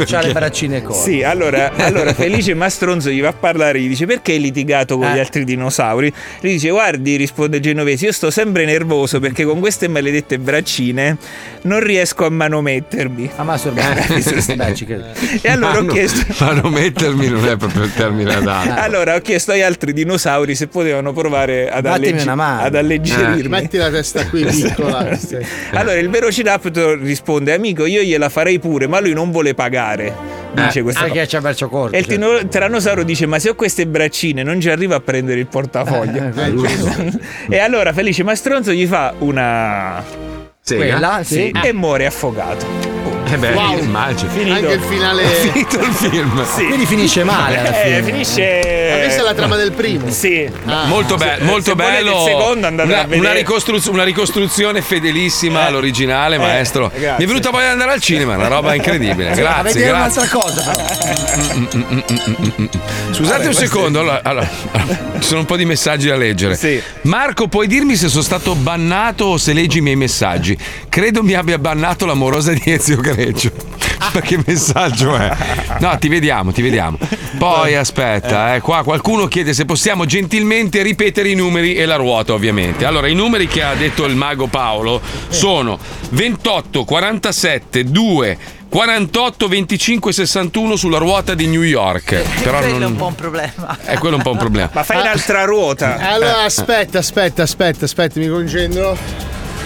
C'ha (laughs) le braccine corte. Sì, allora, allora Felice Mastronzo gli va a parlare, gli dice perché hai litigato con gli Eh. altri dinosauri? Gli dice guardi, risponde Genovese, io sto sempre nervoso perché con queste maledette braccine non riesco a manomettermi. Ah, Eh. A (laughs) Eh, masturbarmi. Beh, ci (laughs) credo. E allora Ma Ah, ho no, Ah. chiesto... Ma non mettermi non è proprio il termine adatto. Allora ho chiesto agli altri dinosauri se potevano provare ad, Datemi allegge- una mano. ad alleggerirmi. Eh. Metti la testa qui (laughs) piccola. Sì. Allora il Velociraptor risponde amico io gliela farei pure ma lui non vuole pagare. Eh. Dice Ah, questa cosa. perché c'è il braccio corto. E il tino- tirannosauro dice: Ma se ho queste braccine, non ci arrivo a prendere il portafoglio. Eh, giusto. (laughs) e allora Felice Mastronzo gli fa una. Sega? Quella, sì. Sì, Ah. E muore affogato. Eh beh, Wow. immagino. Finito. Anche il finale- È (laughs) finito il film. Sì. Quindi finisce male alla Eh, fine. finisce. Ma questa è la trama del primo. Ah, Sì. molto be- Ah, Se- molto se volete bello. Il secondo andate una, a vedere. Eh. una ricostruz- una ricostruzione fedelissima all'originale, maestro. grazie. Mi è venuta voglia di andare al cinema, una roba incredibile. Sì, a Grazie, vedere grazie. un'altra cosa. però. Mm, mm, mm, mm, mm, mm. Scusate Vabbè, un questo- secondo, allora, allora, ci sono un po' di messaggi da leggere. Marco, puoi dirmi se sono stato bannato o se leggi i miei messaggi? Credo mi abbia bannato l'amorosa di Ezio Greggio. Ma che messaggio è? No, ti vediamo, ti vediamo. Poi aspetta, eh, qua qualcuno chiede se possiamo gentilmente ripetere i numeri e la ruota, ovviamente. Allora, i numeri che ha detto il mago Paolo sono 28, 47, 2. 48 25 61 sulla ruota di New York. Però quello è non- un po' un problema. è quello un po' un problema. Ma fai l'altra ruota. Eh. Allora, aspetta, aspetta, aspetta, aspetta, mi concentro.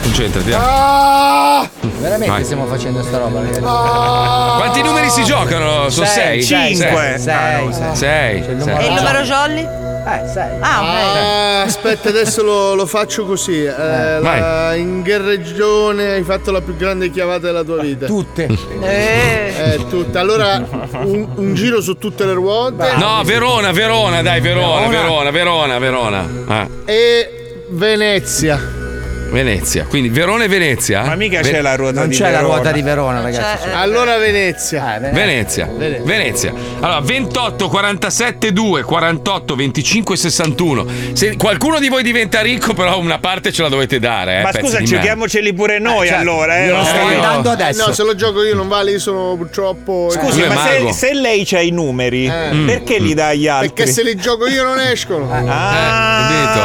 Concentrati. eh. Ah! Veramente Vai. stiamo facendo sta roba. ragazzi. Ah! Quanti numeri si giocano? Sono Sei, 6? sei, sei, sei, sei. 6. E il numero jolly? Eh, sei. Ah, ok. Ah, aspetta, adesso lo, lo faccio così. Eh, la- in Gherreggione hai fatto la più grande chiavata della tua vita. Tutte. Eh, tutte. Allora, un, un giro su tutte le ruote. No, Verona, Verona, Ah, dai, Verona, Verona, Verona, Verona. Ah. E Venezia. Venezia. Quindi Verona e Venezia? Ma mica c'è la ruota Non c'è la ruota di Verona, ragazzi. Ah, Allora Venezia. Venezia. Venezia. Venezia. Allora 28 47 2 48 25 61. Se qualcuno di voi diventa ricco, però una parte ce la dovete dare, eh, Ma pezzi scusa, di merda. giochiamoceli pure noi Eh, certo. allora. Eh, Io non lo sto stai- guardando No, se lo gioco io non vale, io sono purtroppo. Scusi, Eh. ma se, se lei c'ha i numeri, Eh. perché Mm. li dai agli altri? Perché se li gioco io non escono. Ah. eh, Capito?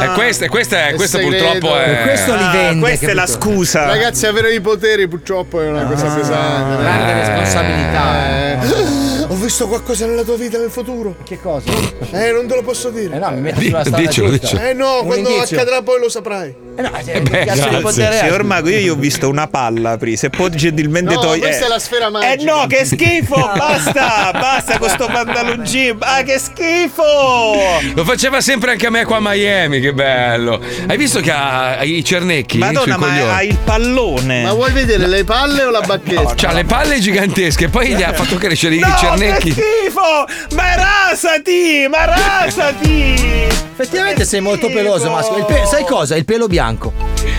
E Eh, questa, e questa, è- questa purtroppo è. Ah, Questa è la scusa. Ragazzi, avere i poteri purtroppo è una cosa pesante. grande responsabilità. Ho visto qualcosa nella tua vita nel futuro. Che cosa? Eh, non te lo posso dire. Eh no, mi metti sulla strada dicelo, giusta. dicelo. Eh no, Un quando indizio. accadrà poi lo saprai. Eh no, Eh se beh, cazzo di grazie. potere Signor hai? Mago, io gli ho visto una palla, Pri. Se può gentilmente No, togliere. questa è la sfera magica. Eh no, che schifo! Basta! Basta con sto pantaloncino! Ah, che schifo! Lo faceva sempre anche a me qua a Miami, che bello. Hai visto che ha ha i cernecchi? Madonna, sui ma coglioni? ha il pallone! Ma vuoi vedere le palle o la bacchetta? C'ha le palle gigantesche, poi gli ha fatto crescere No, i che cernecchi. schifo! Ma rasati! Ma rasati! Effettivamente sei molto peloso, maschio. Il pe- sai cosa? Il pelo bianco.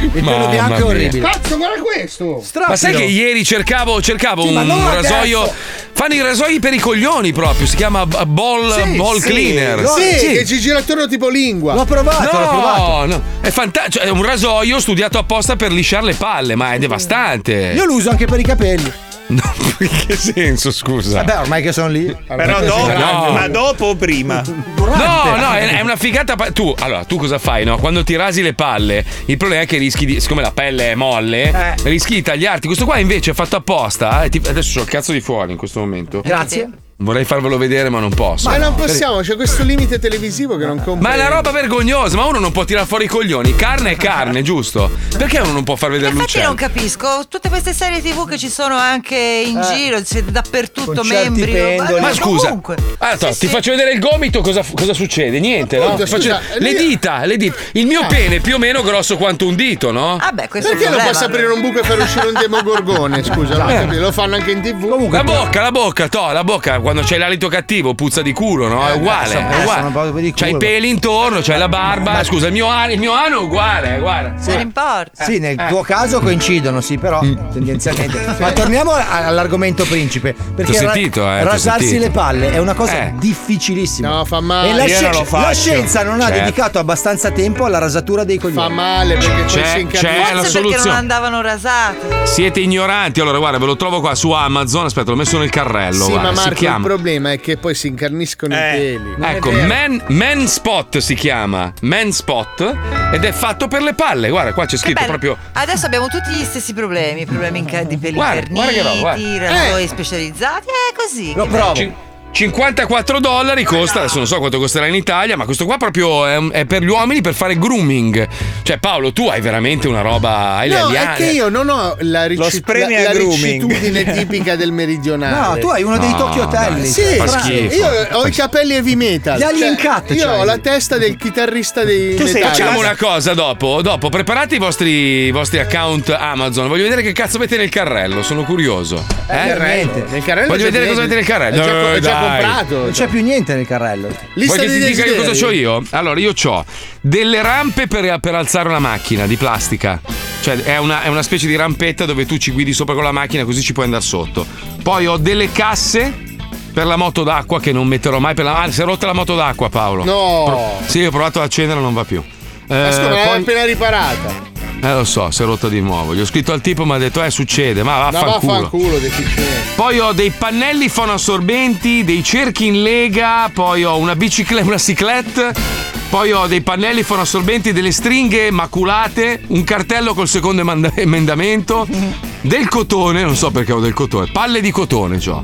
Il pelo Mamma bianco è mia. orribile. Cazzo, guarda questo! Ma sai che ieri cercavo, cercavo Sì, ma un non adesso. rasoio. Fanno i rasoi per i coglioni proprio. Si chiama b- ball, ball cleaner. Sì, che ci gira attorno tipo lingua. L'ho provato, No, no, è fantastico. È un rasoio studiato apposta per lisciare le palle, ma è devastante. Io lo uso anche per i capelli. No, (laughs) in che senso, scusa? Vabbè, ormai che sono lì. Però dopo, ma dopo o prima? No, no, è, è una figata. pa- tu, allora, tu cosa fai? No? Quando ti rasi le palle, il problema è che rischi di. Siccome la pelle è molle, rischi di tagliarti. Questo qua invece è fatto apposta. eh, ti- adesso ho il cazzo di fuori in questo momento. Grazie. Vorrei farvelo vedere, ma non posso. Ma non possiamo, c'è questo limite televisivo che non comprendo. Ma è una roba vergognosa, ma uno non può tirar fuori i coglioni. Carne è carne, giusto? Perché uno non può far vedere Infatti l'uccello? non capisco, tutte queste serie tv che ci sono anche in giro, c'è dappertutto membri. Ma scusa, comunque. Ah, to- Sì, ti sì. faccio vedere il gomito, cosa, cosa succede? Niente, no? Appunto, Ti faccio- scusa, le, lì- dita, le dita. Il mio Ah. pene è più o meno grosso quanto un dito, no? Vabbè, questo Perché è un non problema. posso aprire un buco e far uscire un (laughs) demogorgone? Scusa, Certo. no, capito? lo fanno anche in tv. La bocca, la bocca, to, la bocca, quando c'è l'alito cattivo puzza di culo, no? È uguale, sono- è eh, uguale. sono proprio di C'hai i culo. peli intorno, c'hai la barba. Scusa, il mio, ano- il mio ano è uguale, guarda. Non importa. Sì, Eh. nel tuo caso coincidono, sì, però Mm. tendenzialmente. (laughs) Ma torniamo a- all'argomento principe. Perché T'ho ra- sentito, eh, t'ho rasarsi sentito. le palle è una cosa Eh. difficilissima. No, fa male. E la, Io scien- non lo faccio. la scienza non ha Certo. dedicato abbastanza tempo alla rasatura dei coglioni. Fa male perché poi Eh, C'è- si incazza. c'è la Forse perché non soluzione. andavano rasati. Siete ignoranti. Allora, guarda, ve lo trovo qua su Amazon. Aspetta, l'ho messo nel carrello. Sì, guarda, ma si Marco, il chiama. problema è che poi si incarniscono Eh. i peli. Non è Ecco, vero. man, Man Spot si chiama Man Spot ed è fatto per le palle. Guarda, qua c'è scritto Beh, proprio. Adesso abbiamo tutti gli stessi problemi, problemi in ca- di peli Guarda, guarda che roba, interniti, guarda. Eh. rasoi specializzati, è così. Lo provo. 54 dollari costa, adesso non so quanto costerà in Italia, ma questo qua proprio è, è per gli uomini per fare grooming. Cioè, Paolo, tu hai veramente una roba. Hai le No, è aliane. che io non ho la, ricci- spremi la- a la grooming. (laughs) riccitudine tipica del meridionale. No, tu hai uno dei No, tocchi dai, otelli. Sì, fa fra- schifo. io ho i capelli heavy metal. Gli Alien Cioè, Cat Io c'hai. ho la testa del chitarrista dei Tu sei- Metallica. Facciamo una cosa dopo, dopo preparate i vostri, i vostri account Amazon, voglio vedere che cazzo avete nel carrello, sono curioso. Eh? niente. Nel carrello Voglio c'è vedere cosa avete niente. nel carrello. È già, co- Eh, è già dai. comprato. Non c'è più niente nel carrello. Vuoi che ti dica io cosa ho io? Allora, io ho delle rampe per, per alzare una macchina di plastica. Cioè, è una, è una specie di rampetta dove tu ci guidi sopra con la macchina così ci puoi andare sotto. Poi ho delle casse per la moto d'acqua che non metterò mai per la. Ah, si è rotta la moto d'acqua, Paolo. No. sì, ho provato ad accenderla, non va più. Ma scusa, Eh, ma l'hai poi- appena riparata. eh, lo so, si è rotta di nuovo. Gli ho scritto al tipo, mi ha detto, eh, succede, ma Ma vaffanculo. vaffanculo, deficiente. Poi ho dei pannelli fonoassorbenti, dei cerchi in lega, poi ho una bicicletta, una ciclette, poi ho dei pannelli fonoassorbenti, delle stringhe maculate, un cartello col secondo emanda- emendamento, del cotone, non so perché ho del cotone, palle di cotone c'ho.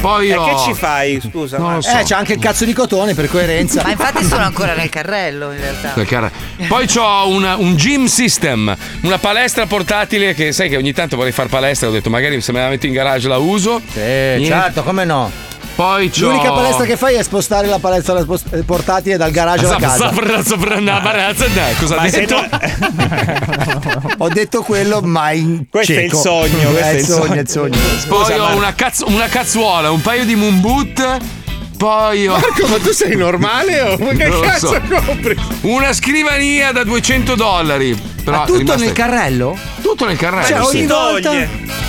Poi E ho... che ci fai? Scusa, Non lo ma- so. Eh, c'è anche il cazzo di cotone per coerenza. Ma infatti sono ancora nel carrello in realtà. Del car- Poi ho un gym system, una palestra portatile che sai che ogni tanto vorrei fare palestra, ho detto magari se me la metto in garage la uso. Sì, certo, come no? Poi c'ho L'unica palestra che fai è spostare la palestra spost- eh, portatile dal garage alla Zap, casa. zap, zap, zap, zap, zap, zap, cosa ha Ma se detto? Ho detto quello, ma in Questo è il cieco. (laughs) sogno, questo Eh, è il sogno, è il sogno. Poi Scusa, ho ma- una, cazz- una cazzuola, un paio di moon boot. poi ho. Marco, ma tu sei normale o che (laughs) Non lo cazzo so. compri? Una scrivania da 200 dollari. Però Ma è tutto rimasta- nel carrello? Tutto nel carrello. Cioè, sì. ogni volta-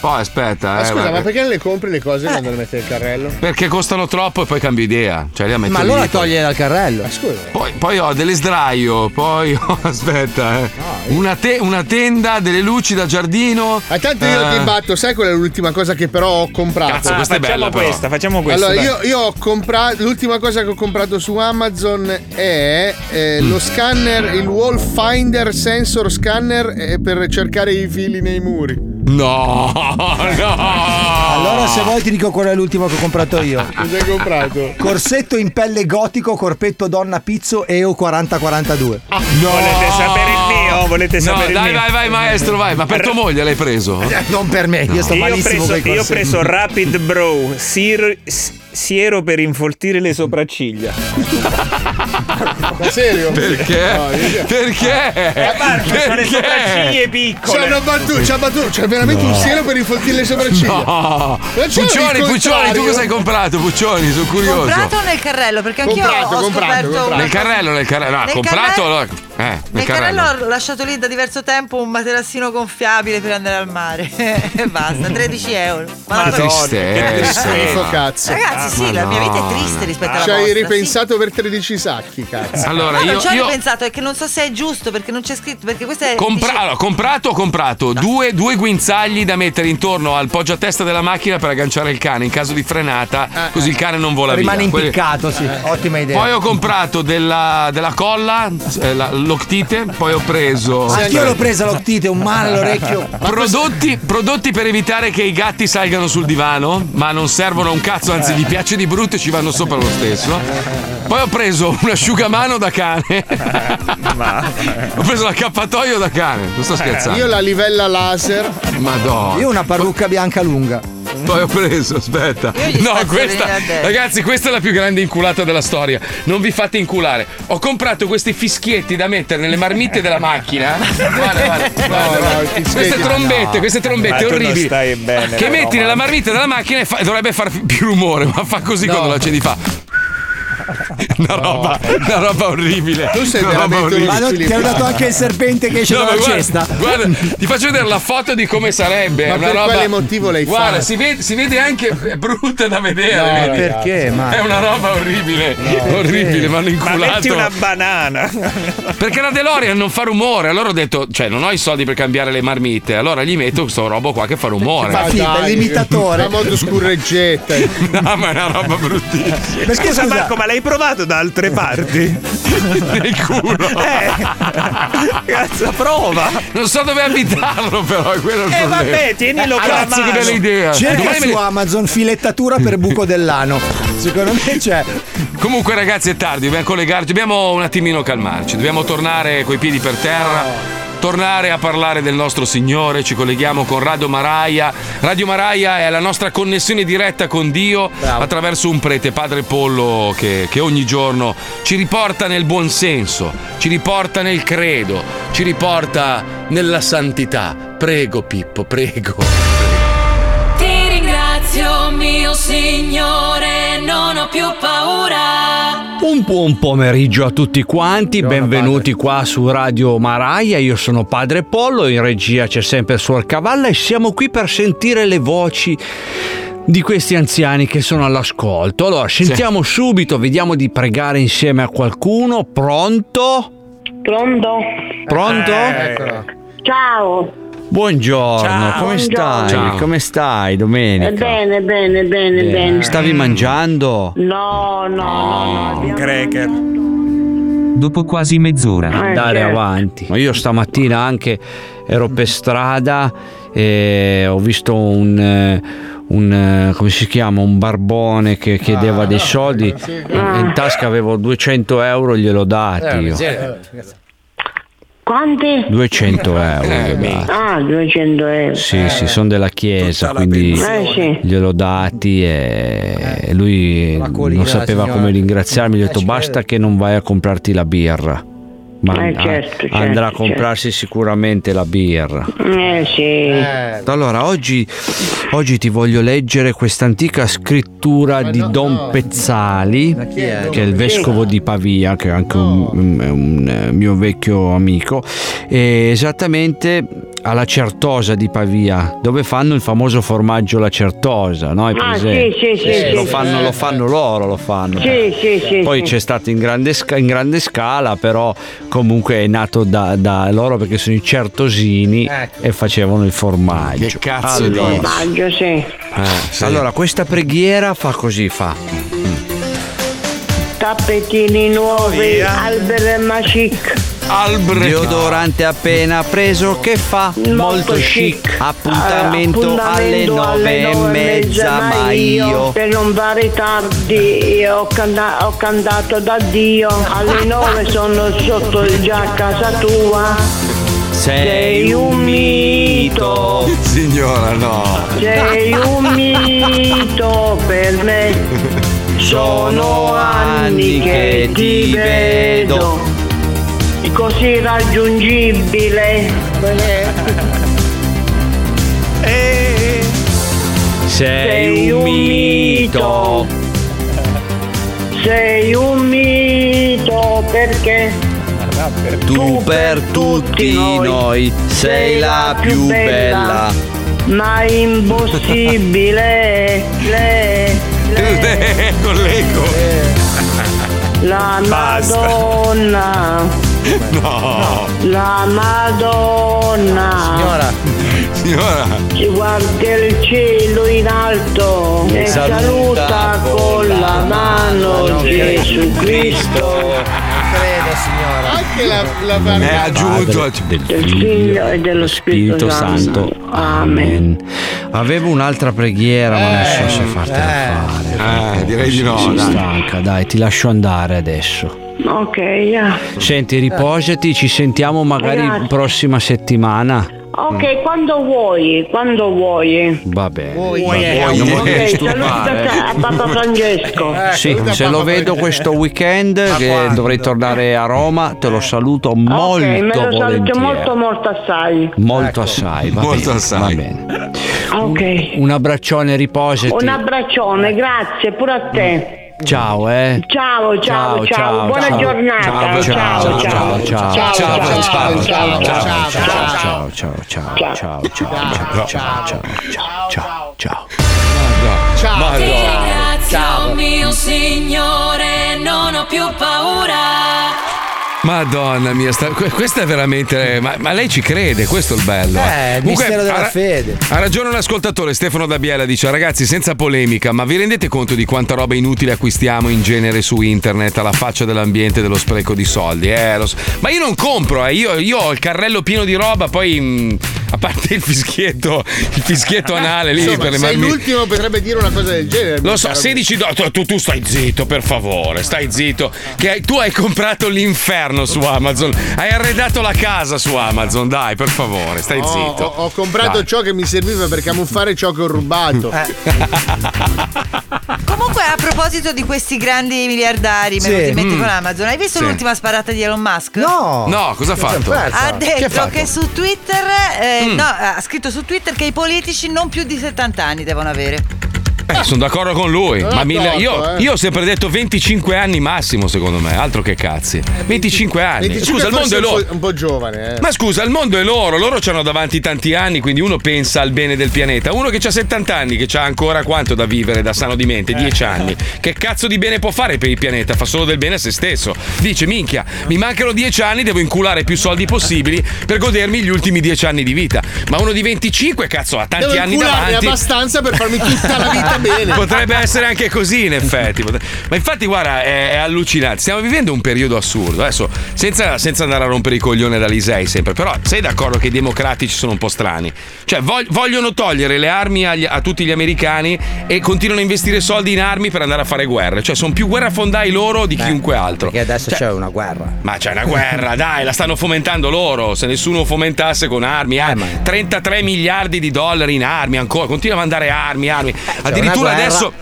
Poi aspetta, Ma eh, scusa, ma guarda. perché non le compri le cose quando le metti nel carrello? Perché costano troppo e poi cambio idea. Cioè, li ammetto Ma lì, allora poi- toglie dal carrello. Ma eh, scusa. Poi, poi ho delle sdraio, poi ho, (laughs) aspetta, eh. una, te- una tenda, delle luci da giardino. Ma tanto io ti batto, sai qual è l'ultima cosa che però ho comprato? Eh. Cazzo, questa è Ah, facciamo bella però. questa, facciamo questa. allora, dai. io, io ho comprato. L'ultima cosa che ho comprato su Amazon è eh, Mm. lo scanner, il Wall Finder Sensor Scanner eh, per cercare i fili nei muri. No, (laughs) Oh, no. Allora, se vuoi, ti dico qual è l'ultimo che ho (laughs) comprato io. Cosa hai comprato? Corsetto in pelle gotico, corpetto donna pizzo EO 4042. No. Volete sapere il mio? Volete No, sapere il dai, mio? vai, vai, maestro, vai. Ma per tua moglie l'hai preso? Eh, Non per me, io sto Io ho malissimo preso- coi io ho corsetti. preso Rapid Brow, sir- s- siero per infoltire le sopracciglia. Ma serio? Perché? No, io- Perché? con Eh, le Perché? sopracciglie piccole. Ci hanno battuto, ci ha battuto. C'è veramente No. un siero per infoltire le sopracciglia. No. Ma c'era il Puccioni, Puccioni, tu contrario? cosa hai comprato? Puccioni, sono curioso. Comprato nel carrello, perché anch'io Comprato, ho comprato, scoperto una Nel carrello, nel carrello. No, Nel comprato carrello- allora. Eh, nel, Nel carrello. carrello ho lasciato lì da diverso tempo un materassino gonfiabile per andare al mare. (laughs) e basta, 13 euro. Ma Madonna. tristezza. Che schifo, cazzo. Ragazzi, sì, la mia vita è triste rispetto alla Ci hai vostra, ripensato per 13 sacchi, cazzo. Allora, No, non io- ci ho io- ripensato, è che non so se è giusto, perché non c'è scritto, perché questa è... Compra- allora, comprato o comprato? Due, due guinzagli da mettere intorno al poggiatesta della macchina per agganciare il cane in caso di frenata, così il cane non vola Rimane via. Quelli- impiccato, sì. Ottima idea. Eh. Poi ho comprato della, della colla, eh, la- l'octite, poi ho preso. Anch'io l'ho presa l'octite, (laughs) un male all'orecchio. Prodotti, prodotti per evitare che i gatti salgano sul divano, ma non servono a un cazzo, anzi gli piace di brutto e ci vanno sopra lo stesso. Poi ho preso un asciugamano da cane. ho preso l'accappatoio da cane, non sto scherzando. Eh, Io la livella laser. Madonna. Io una parrucca bianca lunga. Poi ho preso, aspetta. No, questa. Ragazzi, questa è la più grande inculata della storia. Non vi fate inculare. Ho comprato questi fischietti da mettere nelle marmitte della (laughs) macchina. Guarda, guarda, guarda. No, no, i queste fischietti- trombette, no. queste Ma trombette tu non orribili. stai bene, che no, metti ma- nella marmitta della macchina e fa- dovrebbe far più rumore, ma fa così quando la cendi (laughs) fa. (laughs) Una roba, una roba orribile. Tu sei Una roba veramente orribile. Ma non- ti hanno dato anche il serpente che esce No, ma dalla guarda, cesta. Guarda, ti faccio vedere la foto di come sarebbe. Ma è una per roba- quale motivo l'hai Guarda, fatta? si vede, si vede anche, è brutta da vedere. No, vedi? perché, Marco? È una roba orribile, Eh. No. (laughs) orribile, mi hanno Ma inculato. metti una banana. Perché la DeLorean non fa rumore, allora ho detto, cioè non ho i soldi per cambiare le marmite, allora gli metto questo robo qua che fa rumore. Ah. Ma sì, dai, La moto scurreggetta. (laughs) no, ma è una roba bruttissima. Ma scusa, Marco, ma l'hai provato da altre parti? Eh. Nel (laughs) culo. Cazzo, prova. Non so dove abitarlo, però, quello è il Eh, problema. Ah, vabbè, tienilo con la Cazzo, che mano. bella idea. Cerca Domani me su ne- Amazon filettatura per buco dell'ano. Secondo me c'è. Comunque, ragazzi, è tardi, dobbiamo collegarci, dobbiamo un attimino calmarci, dobbiamo tornare coi piedi per terra. Tornare a parlare del nostro Signore, ci colleghiamo con Radio Maraia. Radio Maraia è la nostra connessione diretta con Dio attraverso un prete, Padre Pollo, che, che ogni giorno ci riporta nel buon senso, ci riporta nel credo, ci riporta nella santità. Prego, Pippo, prego. Ti ringrazio mio Signore, non ho più paura. Un buon pomeriggio a tutti quanti, benvenuti qua su Radio Maraia, io sono Padre Pollo, in regia c'è sempre Suor Cavalla e siamo qui per sentire le voci di questi anziani che sono all'ascolto. Allora, sentiamo subito, vediamo di pregare insieme a qualcuno. Pronto? Pronto? Eh. Pronto? Ciao. Buongiorno, Ciao. come stai? Ciao. Come stai domenica? Eh, Bene, bene, bene, Bene. bene. Stavi mangiando? No, no, no, no. Cracker. Dopo quasi mezz'ora. andare certo. avanti. Ma io stamattina anche ero per strada e ho visto un. eh, un, eh, come si chiama un barbone che chiedeva dei soldi in, in tasca avevo 200 euro gliel'ho dati io. Quanti? 200 Eh, euro gli ho dati. Ah, 200 euro. Eh, sì sì sono della chiesa quindi pensione. Eh, sì. gliel'ho dati Eh, e lui non sapeva signora. come ringraziarmi gli ho detto basta che non vai a comprarti la birra ma certo. Eh, certo, certo, andrà a certo. comprarsi sicuramente la birra. Eh sì. Allora, oggi, oggi ti voglio leggere quest'antica scrittura di Don Pezzali, è? che è il vescovo di Pavia, che è anche un, un- è un, eh, mio vecchio amico, e esattamente alla Certosa di Pavia, dove fanno il famoso formaggio alla Certosa, no? Hai Ah, presente? sì, sì, sì, lo, sì, fanno, sì. lo fanno loro, lo fanno. Sì, sì, sì, Poi sì. c'è stato in grande, sca- in grande scala, però comunque è nato da, da loro perché sono i certosini e facevano il formaggio. Eh, Che Formaggio, sì. Allora, questa preghiera fa così, fa. Tappetini nuovi, Via. albere macic. Deodorante appena preso che fa molto chic. Appuntamento Eh, alle Appuntamento nove e mezza, ma io. per non fare tardi io ho, canta- ho cantato da Dio alle nove sono sotto già a casa tua Sei un mito Signora, no. sei un mito per (laughs) me sono anni che ti vedo così raggiungibile Eh. Sei un mito. sei un mito perché Tu per tutti noi sei la più bella. Eh, ma è impossibile le, (laughs) le, Con l'eco. la Madonna (laughs) No. la Madonna Signora. ci guarda il cielo in alto e Saluta saluta con la mano Gesù Cristo credo signora anche la, la Eh, variante aggiunto- del figlio e dello Spirito Santo. Amen. Avevo un'altra preghiera, ma non so se fartela fare. Eh, direi di no, Sono dai. stanca, dai, ti lascio andare adesso. ok yeah. Senti, riposati, ci sentiamo magari Grazie. prossima settimana. ok quando vuoi quando vuoi Va bene. Vuoi, va bene, eh, non vuoi. voglio Ok, disturbare. saluta a Papa Francesco. Eh, Sì, saluta se Papa lo vedo questo weekend, che dovrei tornare a Roma, te lo saluto molto ok me lo saluto volentieri. molto molto assai Molto assai, va Molto bene, assai. va bene. ok Un abbraccione, riposati. un abbraccione grazie pure a te Ciao, eh. Ciao, ciao, ciao. Buona giornata. Ciao, ciao, Ciao, ciao, ciao, ciao. ciao, Ciao, ciao, ciao, ciao, ciao, ciao, ciao, ciao, ciao, ciao, ciao, ciao, ciao, ciao, ciao, ciao, ciao, ciao. Ti Madonna. ringrazio, mio signore, non ho più paura. Madonna mia, sta- que- questa è veramente. Ma, ma lei ci crede, questo è il bello. Eh, il mistero della ra- fede. Ha ragione un ascoltatore, Stefano Dabiela, dice: Ragazzi, senza polemica, ma vi rendete conto di quanta roba inutile acquistiamo in genere su internet alla faccia dell'ambiente e dello spreco di soldi? Eh, lo so. Ma io non compro, eh. io, io ho il carrello pieno di roba, poi. mh, a parte il fischietto, il (laughs) fischietto anale lì Insomma, per le sei mammine. l'ultimo potrebbe dire una cosa del genere. Lo mio so, caro 16 dollari. Tu, tu stai zitto, per favore, stai zitto. Che hai- tu hai comprato l'inferno su Amazon. Hai arredato la casa su Amazon. Dai, per favore, stai Ho- zitto. Ho, ho comprato Dai. Eh. ciò che mi serviva per camuffare ciò che ho rubato. Comunque, a proposito di questi grandi miliardari Sì. venuti in mente Mm. con Amazon, hai visto Sì. l'ultima sparata di Elon Musk? No, cosa ha fatto? Ha detto Che ha fatto? che su Twitter, eh, Mm. no, ha scritto su Twitter che i politici non più di 70 anni devono avere. Eh, sono d'accordo con lui. Non Ma ha mille- torto, io, eh. io ho sempre detto 25 anni massimo, secondo me. Altro che cazzi. 25 anni. 25 Scusa, il mondo Eh, forse è un po'- loro. Un po' giovane, eh. Ma scusa, il mondo è loro, loro c'hanno davanti tanti anni, quindi uno pensa al bene del pianeta. Uno che ha 70 anni, che ha ancora quanto da vivere, da sano di Eh. mente, 10 anni, che cazzo di bene può fare per il pianeta? Fa solo del bene a se stesso. Dice, minchia, mi mancano 10 anni, devo inculare più soldi possibili per godermi gli ultimi 10 anni di vita. Ma uno di 25, cazzo, ha tanti Devo anni incularne davanti. abbastanza per farmi tutta la (laughs) vita bene. Potrebbe essere anche così, in effetti. Potre- Ma infatti, guarda, è, è allucinante. Stiamo vivendo un periodo assurdo. Adesso, senza, senza andare a rompere i coglioni da Lisei sempre, però sei d'accordo che i democratici sono un po' strani? Cioè, vog- vogliono togliere le armi agli- a tutti gli americani e continuano a investire soldi in armi per andare a fare guerre. Cioè, sono più guerrafondai loro di chiunque altro. Perché adesso Cioè- c'è una guerra. ma c'è una guerra, dai, la stanno fomentando loro. Se nessuno fomentasse con Eh, armi, armi. 33 miliardi di dollari in armi ancora, continua a mandare armi, armi. una Addirittura guerra. adesso.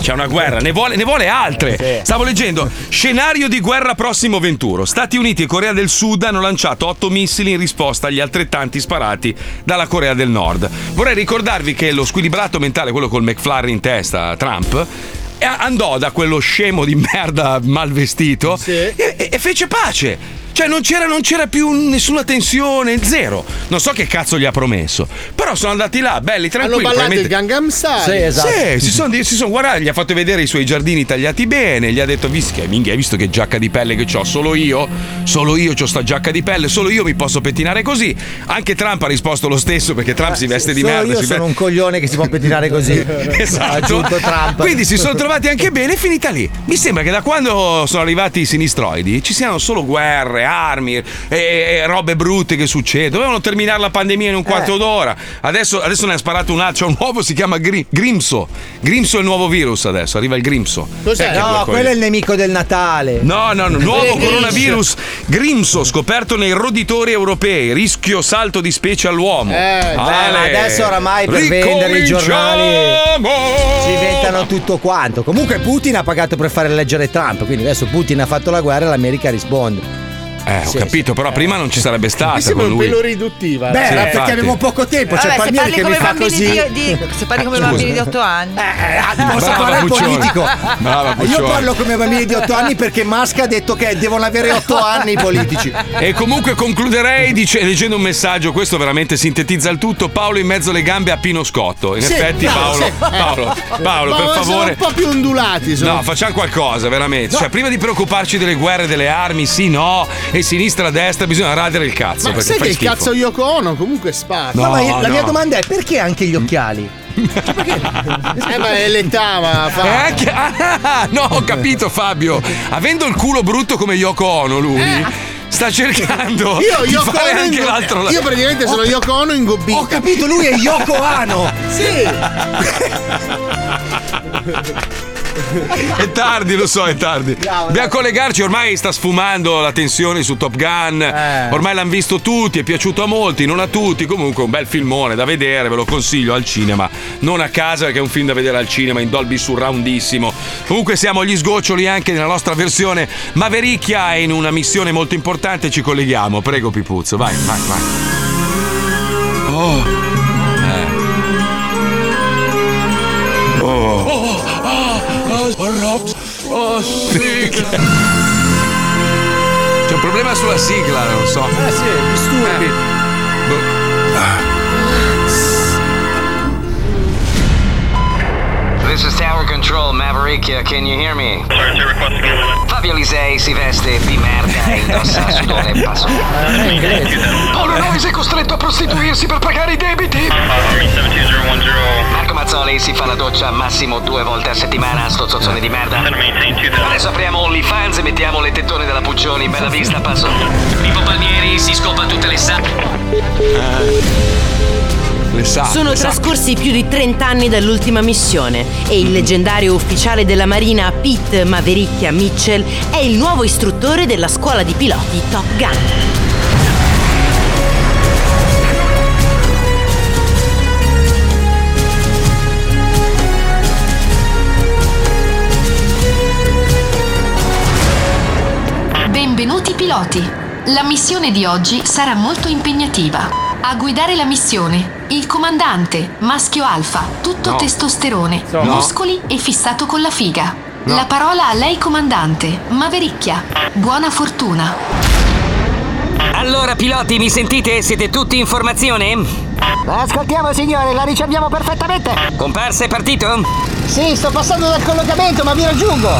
C'è una guerra, ne vuole, ne vuole altre. Stavo leggendo scenario di guerra prossimo venturo. Stati Uniti e Corea del Sud hanno lanciato otto missili in risposta agli altrettanti sparati dalla Corea del Nord. Vorrei ricordarvi che lo squilibrato mentale, quello col McFlurry in testa, Trump, eh, andò da quello scemo di (laughs) merda mal vestito e, e fece pace. Cioè non c'era, non c'era più nessuna tensione, zero. Non so che cazzo gli ha promesso. Però sono andati là, belli, Hanno tranquilli. ballato il probabilmente- Gangnam Style. esatto. sì, si sono, si sono guardati, gli ha fatto vedere i suoi giardini tagliati bene, gli ha detto, "Vischia, minchia, hai visto che giacca di pelle che ho? Solo io, solo io ho sta giacca di pelle, solo io mi posso pettinare così. Anche Trump ha risposto lo stesso perché Trump si veste di Eh, Solo merda. io si sono ve- un coglione (laughs) che si può pettinare così. Ha Esatto. aggiunto Trump. Quindi si sono trovati anche bene e finita lì. Mi sembra che da quando sono arrivati i sinistroidi ci siano solo guerre, armi e, e robe brutte che succedono. Dovevano terminare la pandemia in un quarto Eh. d'ora. Adesso, adesso ne ha sparato un altro. C'è un nuovo, si chiama Gri- Grimso. Grimso è il nuovo virus adesso. Arriva il Grimso. Eh, che No, porco quello è io. il nemico del Natale. No, no, no, nuovo Grimso. coronavirus Grimso scoperto nei roditori europei, rischio salto di specie all'uomo. Eh, beh, ma Ale, adesso oramai per vendere i giornali si inventano tutto quanto. Comunque Putin ha pagato per fare leggere Trump, quindi adesso Putin ha fatto la guerra e l'America risponde. Eh, ho capito, però prima non ci sarebbe Mi stata sembra con un lui. pelo riduttiva. Sì, Beh, era infatti. perché avevo poco tempo, c'è Vabbè, se Palmieri parli che mi come fa bambini così. Eh, di, di- se parli come Scusa. Eh, bambini di 8 anni. Posso Brava, parlare Puccioni. politico? Eh, Brava, Io Puccioni. parlo come bambini di 8 anni perché Masca ha detto che devono avere 8 anni i politici. (laughs) E comunque concluderei dice- leggendo un messaggio, questo veramente sintetizza il tutto, Paolo in mezzo alle gambe a Pino Scotto. In Sì, effetti bravo, Paolo, eh. sì. Paolo, Paolo, Ma per Sono un favore... po' più ondulati. Sono. No, facciamo qualcosa, veramente. Cioè, prima di preoccuparci delle guerre, delle armi, sì, no, e sinistra, destra, bisogna radere il cazzo. Ma perché sai fai che il schifo. (laughs) cazzo Yoko Ono comunque spazio. No, ma io- la mia no. domanda è perché anche gli occhiali? Eh, ma è l'età, ma Eh, fa. anche- (laughs) ah, no, ho capito Fabio. Avendo il culo brutto come Yoko Ono, lui sta cercando Eh. Io, di Yoko fare Ono anche ingo- l'altro lato. io praticamente sono (laughs) Yoko Ono in gobbino. Ho capito, lui è Yoko (laughs) Ono. È tardi, lo so, è tardi. Dobbiamo collegarci, ormai sta sfumando la tensione su Top Gun. Ormai l'hanno visto tutti, è piaciuto a molti, non a tutti. Comunque un bel filmone da vedere, ve lo consiglio al cinema. Non a casa perché è un film da vedere al cinema in Dolby surroundissimo. Comunque siamo agli sgoccioli anche nella nostra versione Mavericchia e in una missione molto importante ci colleghiamo. Prego Pipuzzo, vai, vai, vai. Oh. Eh. Oh, Oh. oh, oh, oh, Rob- oh, sì. C'è un problema sulla sigla, non so. Eh. Eh sì, disturbi. This is Tower Control, Maverickia, can you hear me? Fabio Lisei si veste di merda e (laughs) indossa sudore e passo. Paolo Noyes è costretto a prostituirsi per pagare i debiti. Marco Mazzoli si fa la doccia massimo due volte a settimana, sto zozzone di merda. Adesso apriamo OnlyFans e mettiamo le tettone della Puccioni, bella vista, passo. Vivo Palmieri si scopa tutte le sa... Boh. Ah. Le sa. Sono le sa. trascorsi più di 30 anni dall'ultima missione e il leggendario ufficiale della Marina Pete Mavericchia Mitchell è il nuovo istruttore della scuola di piloti Top Gun. Benvenuti piloti. La missione di oggi sarà molto impegnativa. A guidare la missione, il comandante, maschio alfa, tutto No. testosterone, No. muscoli e fissato con la figa. No. La parola a lei comandante, Mavericchia. Buona fortuna. Allora, piloti, mi sentite? Siete tutti in formazione? Ascoltiamo signore, la riceviamo perfettamente. Comparsa è partito? Sì, sto passando dal collocamento, ma vi raggiungo.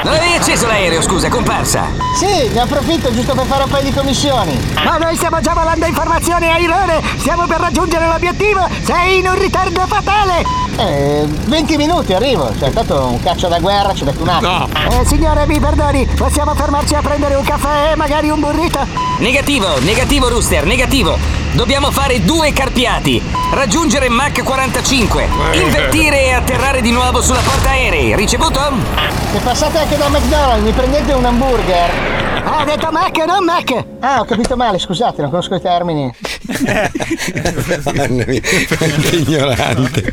Non avevi acceso l'aereo, scusa, comparsa. Sì, ne approfitto giusto per fare un paio di commissioni. Ma noi stiamo già volando informazioni a Ilone, stiamo per raggiungere l'obiettivo, sei in un ritardo fatale. Eh, 20 minuti arrivo, cioè tanto un caccia da guerra ci mette un attimo. Eh, signore, mi perdoni, (laughs) possiamo fermarci a prendere un caffè e magari un burrito? Negativo, negativo, Rooster, negativo. Dobbiamo fare due carpiati. Raggiungere Mach 45. Invertire e atterrare di nuovo sulla porta aerei. Ricevuto? Se passate anche da McDonald's mi prendete un hamburger. Ah, ho detto Mac, non Mac! Ah, ho capito male, scusate, non conosco i termini. Quanto ignorante.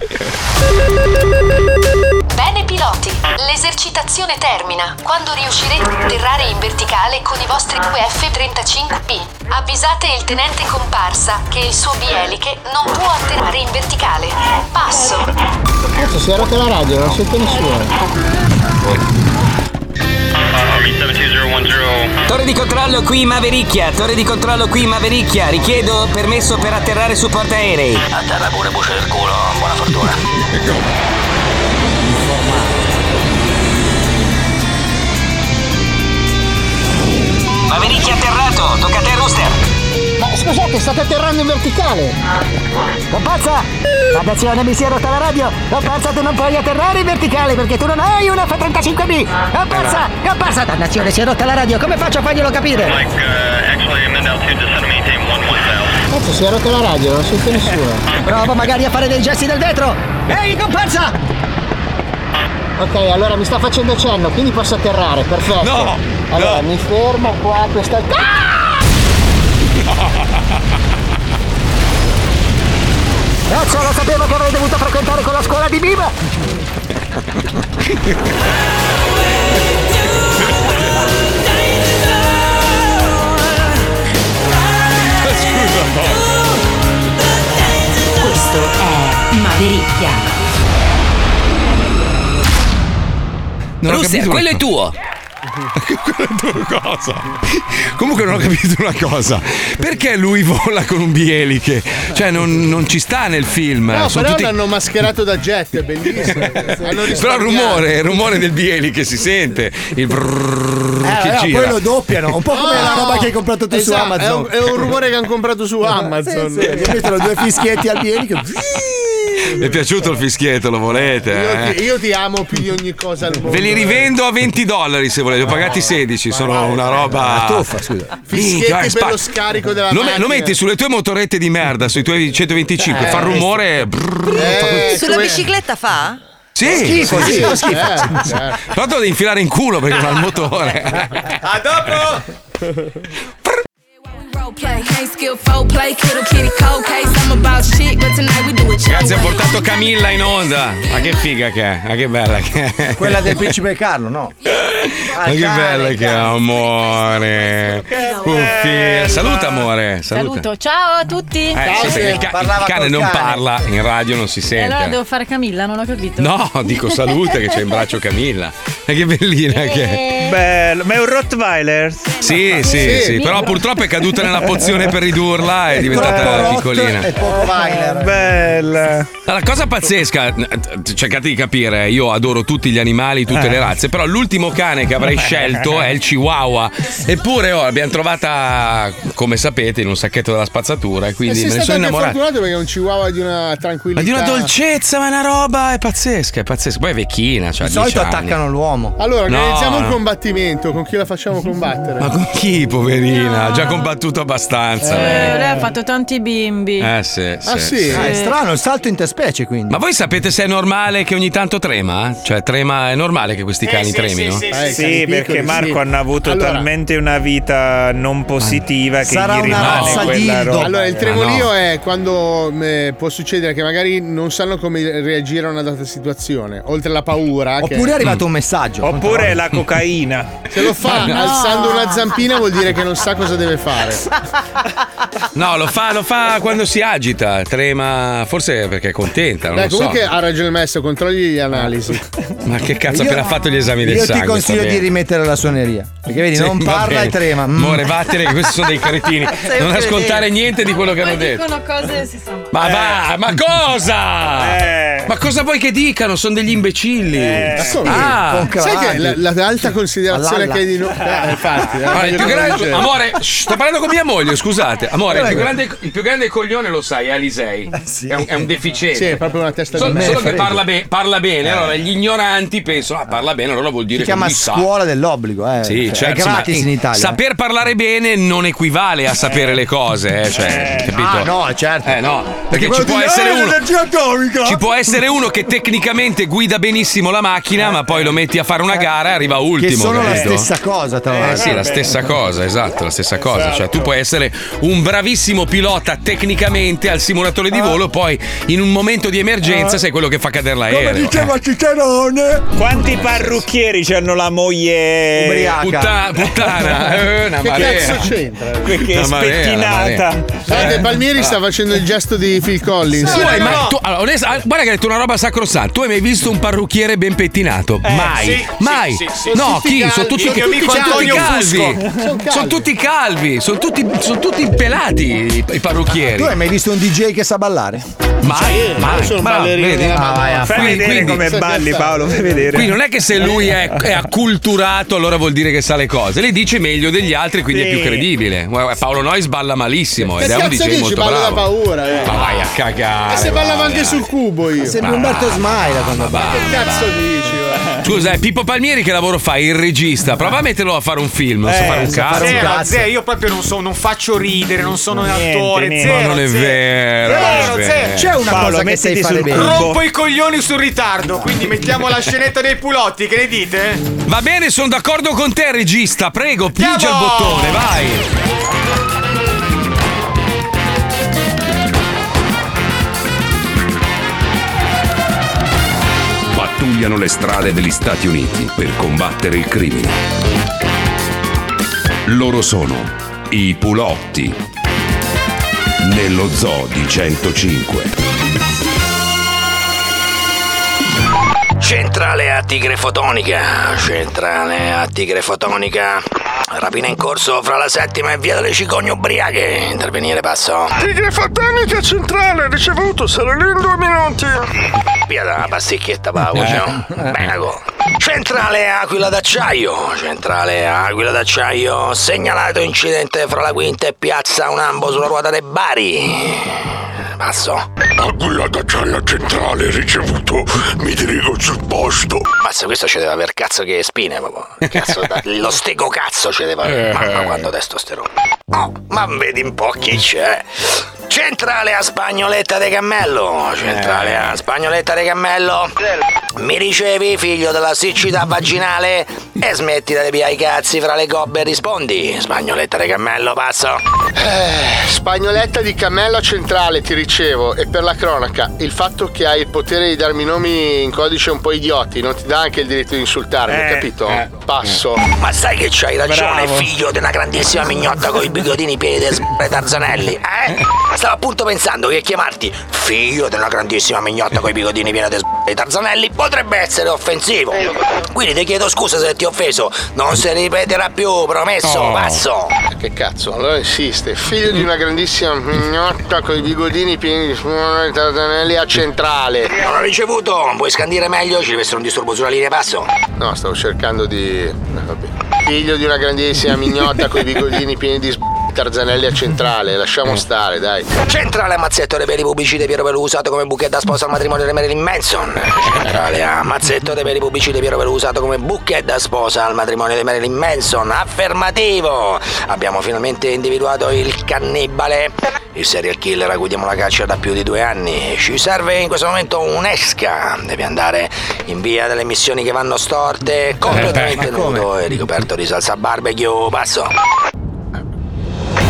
Bene piloti, l'esercitazione termina quando riuscirete a atterrare in verticale con i vostri due F-35P. Avvisate il tenente comparsa che il suo bieliche non può atterrare in verticale. Passo. Cazzo, si è rotta la radio, non sento nessuno. Torre di controllo qui Mavericchia, torre di controllo qui Mavericchia, richiedo permesso per atterrare su portaerei. A terra pure buce del culo, buona fortuna. Ecco. Mavericchia atterrato, tocca a te Rooster. Ma scusate, state atterrando in verticale! Compazza! Fondazione, mi si è rotta la radio! Compazza, tu non puoi atterrare in verticale perché tu non hai una F-35B! Compazza! Compazza! Dannazione, si è rotta la radio, come faccio a farglielo capire? Cazzo, si è rotta la radio, non (laughs) sento nessuno. Provo magari a fare dei gesti del vetro! Ehi, comparsa! Ok, allora mi sta facendo cenno, quindi posso atterrare, perfetto. No, Allora, mi fermo qua, questa... Ah! Cazzo, Ecco, lo sapevo che avrei dovuto frequentare con la scuola di Biba! Questo è Mavericchia. Non ho Rooster, capito quello (laughs) una è tuo. cosa. (laughs) Comunque non ho capito una cosa. Perché lui vola con un bieliche? Cioè, non, non ci sta nel film. Eh, No, Sono Eh, però tutti- (laughs) l'hanno mascherato da jet, è (laughs) bellissimo. Hanno Però il risparmiato. Eh, rumore, il rumore del bieliche si sente. Il brrrr che no, gira. poi lo doppiano, un po' come la roba che hai comprato tu su Esatto, Amazon. È un, è un rumore che hanno comprato su Amazon. (laughs) sì, gli mettono due fischietti al piedi che- (laughs) Mi è piaciuto il fischietto, lo volete? (laughs) Io eh? ti, io ti amo più di ogni cosa al mondo. Ve eh. li rivendo a 20 dollari se volete, ho pagati 16, sono una roba. tuffa, scusa. Fischietti per lo scarico della Lo, me- macchina. lo metti sulle tue motorette di merda, sui tuoi 125, Eh, fa rumore. brrr, fa così. Sulla bicicletta fa? Sì, Schifo, sì, sì, sì. fa schifo. Eh, certo. Tanto devi infilare in culo perché non ha il motore. A dopo! Ragazzi, ha portato Camilla in onda. Ma che figa che è, ma che bella che è. Quella del principe Carlo, no? Ma che bella che è, amore. Cuffia. Saluta, amore. Saluta. Saluto, ciao a tutti. Eh, sì, perché il, ca- il cane non parla, in radio non si E allora sente. devo fare Camilla, non ho capito. No, dico salute che c'è in braccio Camilla. Ma che bellina che è. Bello, ma è un Rottweiler? Sì, sì, sì, però purtroppo è caduta nella pozione per ridurla, è diventata Eh, piccolina. Bella. La cosa pazzesca, eh, cercate di capire, io adoro tutti gli animali, tutte Eh. le razze, però l'ultimo cane che (laughs) avrei scelto è il Chihuahua. Eppure oh, l'abbiamo trovata, come sapete, in un sacchetto della spazzatura e E quindi sei me ne Eh stato sono anche innamorato. fortunato perché è un chihuahua di una Ma tranquillità. di una dolcezza, ma è una roba è pazzesca, è pazzesca. Poi è vecchina, cioè Di 10 solito anni. attaccano l'uomo. Allora, No, organizziamo un no. combattimento. Con chi la facciamo combattere? Ma con chi, poverina? Ha già combattuto abbastanza. Eh, lei. lei ha fatto tanti bimbi. Eh, sì, sì, sì. Ah, è strano, il salto interspecie quindi. Ma voi sapete se è normale che ogni tanto trema? Cioè, trema è normale che questi cani tremino? Sì, perché Marco hanno avuto Allora- talmente una vita non positiva che gli rimane quella roba. Allora, il Ma tremolio Ah, no. è quando eh, può succedere che magari non sanno come reagire a una data situazione, oltre alla paura. che- Mm. Oppure è arrivato un messaggio. Oppure (laughs) la cocaina. Se (laughs) lo fa alzando una zampina vuol dire che non sa cosa deve fare. No, lo fa, lo fa quando si agita, trema, forse perché è contenta, (laughs) non Beh, lo so. comunque ha ragione il maestro, controlli gli analisi. Ma che cazzo, Io- appena fatto gli esami del Io sangue. ti consiglio sta di bene. rimettere la suoneria. Perché vedi, Sì, non va parla bene. e trema. Mm. More, vattene, che Ah, questi sono (laughs) dei cretini. Sei un non ascoltare cretino. niente di quello che hanno detto. Dicono cose si sa. Eh. Ma va, ma cosa? Ma cosa vuoi che dicano? Sono degli imbecilli. ah, sai che la, la alta considerazione All'alla. che hai di noi. (laughs) Eh, infatti, eh, Allora, il più voglio grande, conoscere. amore, shh, sto parlando con mia moglie, scusate. Amore, il più, Prego. grande, il più grande coglione lo sai, è Alisei. È, un, è un deficiente. Eh, Sì, è proprio una testa Solo, di solo che merda. parla, be- parla Eh. bene, allora gli ignoranti pensano, ah, parla bene, allora vuol dire Si che chiama lui sa. scuola dell'obbligo, eh. Sì, Cioè, è certo, gratis ma- in Italia. Saper parlare bene non equivale a sapere le cose, eh, cioè, capito? Ah, no, certo. Eh, no. Perché ci quello può di- essere "Eh, uno. l'energia atomica!" Ci può essere uno che tecnicamente guida benissimo la macchina, ma poi lo metti a fare una gara e arriva ultimo. che sono la capito? stessa cosa, tra Eh l'altro. sì, la stessa cosa, esatto, la stessa cosa. Cioè, tu puoi essere un bravissimo pilota tecnicamente al simulatore di volo, poi in un momento di emergenza Ah. sei quello che fa cadere Come l'aereo. diceva Cicerone. Quanti parrucchieri hanno la moglie Ubriaca. Putta- puttana, eh, una Che marea. cazzo c'entra? Que- Che Una marea, una spettinata. marea. Guardate, Eh. Palmieri Ah. sta facendo il gesto di Phil Collins. Tu hai mai- tu- allora, onest- ah, guarda che hai detto una roba sacrosanta. Tu hai mai visto un parrucchiere ben pettinato? Eh, mai, sì, mai. sì, sì, sì. No, Sono tutti chi? Sono calvi. tutti, Il mio tutti amico calvi. Antonio calvi. Fusco. Sono calvi. Sono tutti calvi. Sono tutti, sono tutti pelati i- i parrucchieri. Tu Ah, hai mai visto un DJ che sa ballare? Mai, mai. Ma vedi? Ah, vai Fai a fare. vedere Quindi- come balli, Paolo, fai vedere. Qui non è che se lui è, è acculturato allora vuol dire che sa le cose, le dice meglio degli altri quindi è Sì. più credibile. Guarda, Paolo Nois balla malissimo Che ed è un cazzo DJ dici? molto Ballo da bravo. paura, eh. Ma vai a cagare. E se ballava vai, anche dai. sul cubo Ah, io. Sembra Umberto Smaila quando balla. Che cazzo dici? va? Scusa, è Pippo Palmieri che lavoro fa? Il regista. Prova a metterlo a fare un film, non so Eh, fare un zero, cazzo. zero, io proprio non so, non faccio ridere, non sono un Niente, attore. niente. Zero, Ma non è zero. vero, Zero, non è zero. vero. C'è una Paolo, cosa che mettiti sai fare sul bene. cubo. Rompo i coglioni sul ritardo. Quindi mettiamo la scenetta dei pulotti, che ne dite? Va bene, sono d'accordo con te, regista. Prego, pigia il Andiamo! bottone, vai. pattugliano le strade degli Stati Uniti per combattere il crimine. Loro sono i Pulotti nello zoo di 105. Centrale a Tigre Fotonica. Centrale a Tigre Fotonica. Rapina in corso fra la settima e via delle cicogne ubriache. Intervenire passo. Tigre Fotonica Centrale, ricevuto, sarà lì in due minuti. Via dalla pasticchietta Paolo. Benago. Centrale Aquila d'Acciaio. Centrale Aquila d'Acciaio. Segnalato incidente fra la quinta e piazza Unambo sulla ruota dei Bari. Passo. Aquila d'Acciaio Centrale ricevuto, mi dirigo sul posto. Mazza, questo ci deve aver cazzo che spine, proprio. Cazzo, da- lo stego cazzo ci deve aver. Mamma quando testosterone. Oh, ma vedi un po' chi c'è. Centrale a Spagnoletta de Cammello. Centrale a Spagnoletta de Cammello. Mi ricevi, figlio della siccità vaginale? E smettila di piare i cazzi fra le gobbe e rispondi. Spagnoletta de Cammello, passo. Eh, Spagnoletta di Cammello Centrale ti ricevo e per la cronaca il fatto che hai il potere di darmi nomi in codice un po' idioti non ti dà anche il diritto di insultarmi, Eh, capito? Passo. Ma sai che c'hai ragione, Bravo. figlio di una grandissima mignotta con i bigodini pieni di sbarre tarzanelli, eh? Stavo appunto pensando che chiamarti figlio di una grandissima mignotta con i bigodini pieni di sbarre tarzanelli potrebbe essere offensivo. Quindi ti chiedo scusa se ti ho offeso, non si ripeterà più, promesso, Oh. passo. Che cazzo, allora insiste, figlio di una grandissima mignotta con i bigodini pieni di suono e tartanelli a centrale. Non ho ricevuto, puoi scandire meglio, ci deve essere un disturbo sulla linea passo. No, stavo cercando di... no, vabbè. Figlio di una grandissima mignotta con i bigodini pieni di s- tarzanelli a centrale, lasciamo stare, dai. Centrale a mazzetto dei peli pubblici di Piero Pelù usato come bucchetta sposa al matrimonio di Marilyn Manson. Centrale a mazzetto dei peli pubblici di Piero Pelù usato come bucchetta sposa al matrimonio di Marilyn Manson. Affermativo! Abbiamo finalmente individuato il cannibale. Il serial killer a cui diamo la caccia da più di due anni. Ci serve in questo momento un'esca. Devi andare in via delle missioni che vanno storte, completamente Eh beh, ma come? nudo e ricoperto di salsa barbecue. Passo.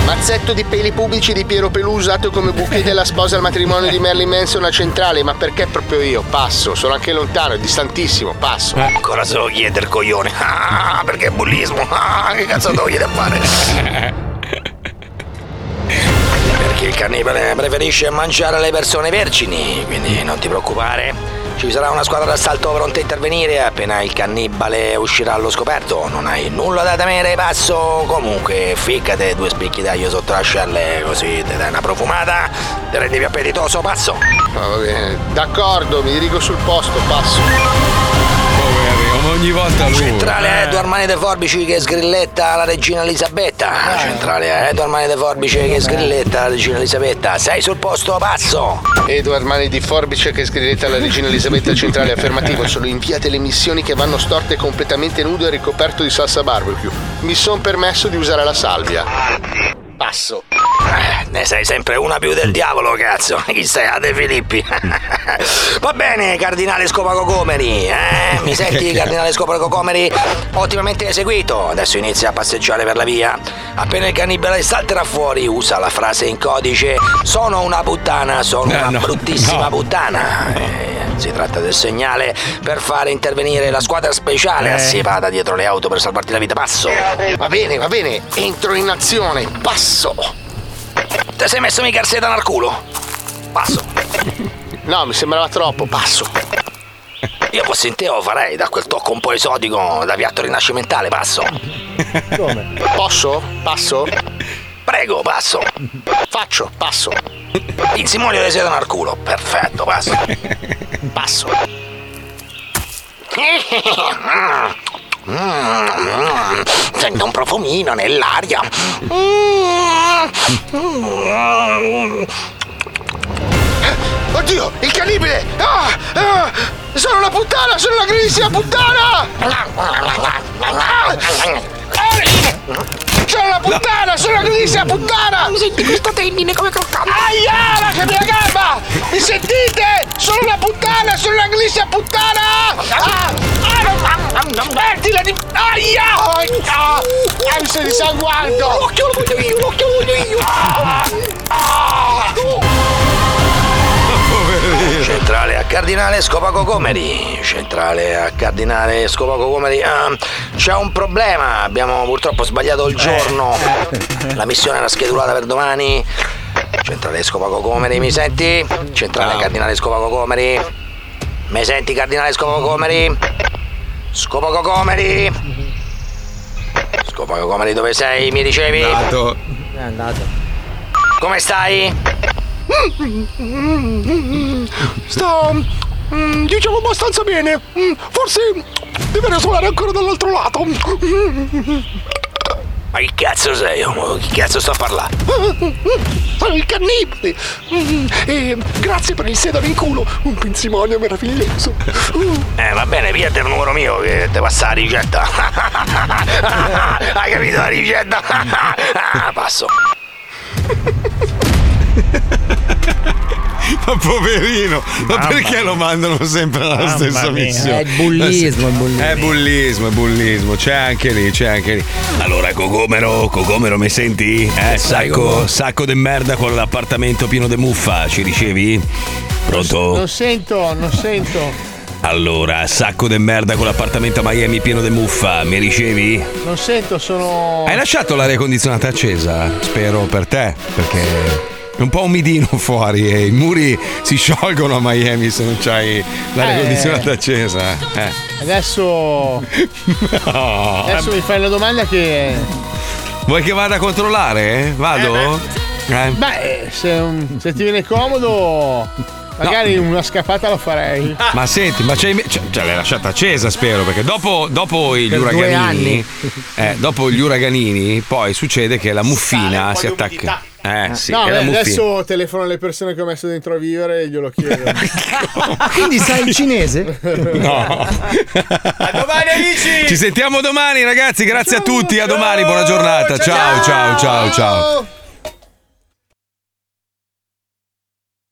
Mazzetto di peli pubblici di Piero Pelù usato come bouquet della sposa al matrimonio di Marilyn Manson a centrale, ma perché proprio io? Passo, sono anche lontano, distantissimo, passo. Eh? Ancora solo chiedere coglione. Ah, perché è bullismo. Ah, che cazzo devo chiedere a fare? Perché il cannibale preferisce mangiare le persone vergini, quindi non ti preoccupare. Ci sarà una squadra d'assalto pronta a intervenire appena il cannibale uscirà allo scoperto. Non hai nulla da temere, passo. Comunque, ficcate due spicchi d'aglio sotto la scelle, così ti dai una profumata, ti rendi più appetitoso, passo. Ma va bene, d'accordo, mi dirigo sul posto, passo. Come ogni volta lui. Eh. Centrale Mm. a Edward Mani de Forbici che sgrilletta la regina Elisabetta. Centrale a Edward Mani de Forbici che sgrilletta la regina Elisabetta. Sei sul posto, passo. Edward Mani di Forbice che scrivete alla regina Elisabetta Centrale affermativo sono inviate le missioni che vanno storte completamente nudo e ricoperto di salsa barbecue. Mi son permesso di usare la salvia. Eh, Passo. Ne sei sempre una più del diavolo, cazzo. Chi sei? Ade Filippi. (laughs) Va bene, cardinale Scopaco Comeri. Eh? Mi senti, cardinale Scopaco Comeri? Ottimamente eseguito. Adesso inizia a passeggiare per la via. Appena il cannibale salterà fuori, usa la frase in codice: Sono una puttana, sono Eh, una no, no. bruttissima puttana. Eh, si tratta del segnale per fare intervenire la squadra speciale Eh. assiepata dietro le auto per salvarti la vita. Passo. Va bene, va bene, entro in azione, passo. Te sei messo mica il sedano al culo? Passo. No, mi sembrava troppo, passo. Io fossi in te lo farei da quel tocco un po' esotico da piatto rinascimentale, passo. (laughs) Come? Posso? Passo? Prego, passo. Faccio, passo. Il simonio le sedano al culo, perfetto, passo. Passo. Mm, Sento un profumino nell'aria. Mm. Oddio, il cannibale! Ah, ah, sono una puttana, sono una grandissima puttana! Ah, sono una puttana, sono una grandissima puttana! Ah, Mi senti questo tendine come croccante? Aia, lasciami la gamba! Mi sentite? Sono una puttana, sono una grandissima puttana! Ah, ah, smettila di... Aia! Ah, ah, mi sei sanguando! L'occhio lo voglio io, l'occhio lo voglio io! Centrale a Cardinale Scopaco Comeri. Centrale a Cardinale Scopaco Comeri. Ah, c'è un problema. Abbiamo purtroppo sbagliato il giorno. Eh. La missione era schedulata per domani. Centrale Scopaco Comeri, mi senti? Centrale Cardinale Scopaco Comeri. Mi senti, Cardinale Scopaco Comeri? Scopaco Comeri. Scopaco Comeri, dove sei? Mi dicevi? Andato. È andato. Come stai? Sta, mm, diciamo, abbastanza bene. Mm, Forse deve risuonare ancora dall'altro lato. Mm. Ma chi cazzo sei? oh? Chi cazzo sto a parlare? Sono il cannibale! Mm, E grazie per il sedano in culo, un pinzimonio meraviglioso! Uh, Eh, va bene, via del numero mio che te passa la ricetta. (laughs) Hai capito la ricetta? (laughs) Ah, Passo. Ma poverino, ma Mamma perché lo mandano sempre alla Mamma stessa mia. missione? È bullismo, è bullismo. È bullismo, è bullismo, c'è anche lì, c'è anche lì. Allora, Cogomero, Cogomero, mi senti? Eh, sacco, Cogomero. sacco de merda con l'appartamento pieno de muffa, ci ricevi? Pronto? Non sento, non sento. Allora, sacco de merda con l'appartamento a Miami pieno de muffa, mi ricevi? Non sento, sono. Hai lasciato l'aria condizionata accesa? Spero per te, perché è un po' umidino (laughs) fuori e i muri si sciolgono a Miami se non c'hai l'aria Eh. condizionata accesa. Eh. Adesso. No. Adesso mi fai la domanda che. Vuoi che vada a controllare? Vado? Eh. Beh, se, se ti viene comodo, magari una scappata la farei. Ma senti, ma c'hai, cioè, cioè, l'hai lasciata accesa, spero, perché dopo, dopo gli Per due uraganini, anni. eh, dopo gli uraganini, poi succede che la muffina si attacca. Eh, sì, no, è beh, la muffina. adesso telefono alle persone che ho messo dentro a vivere e glielo (laughs) chiedo. Quindi sai il cinese? No. Ci sentiamo domani, ragazzi. Grazie a tutti. A domani, buona giornata. Ciao, ciao, ciao, ciao.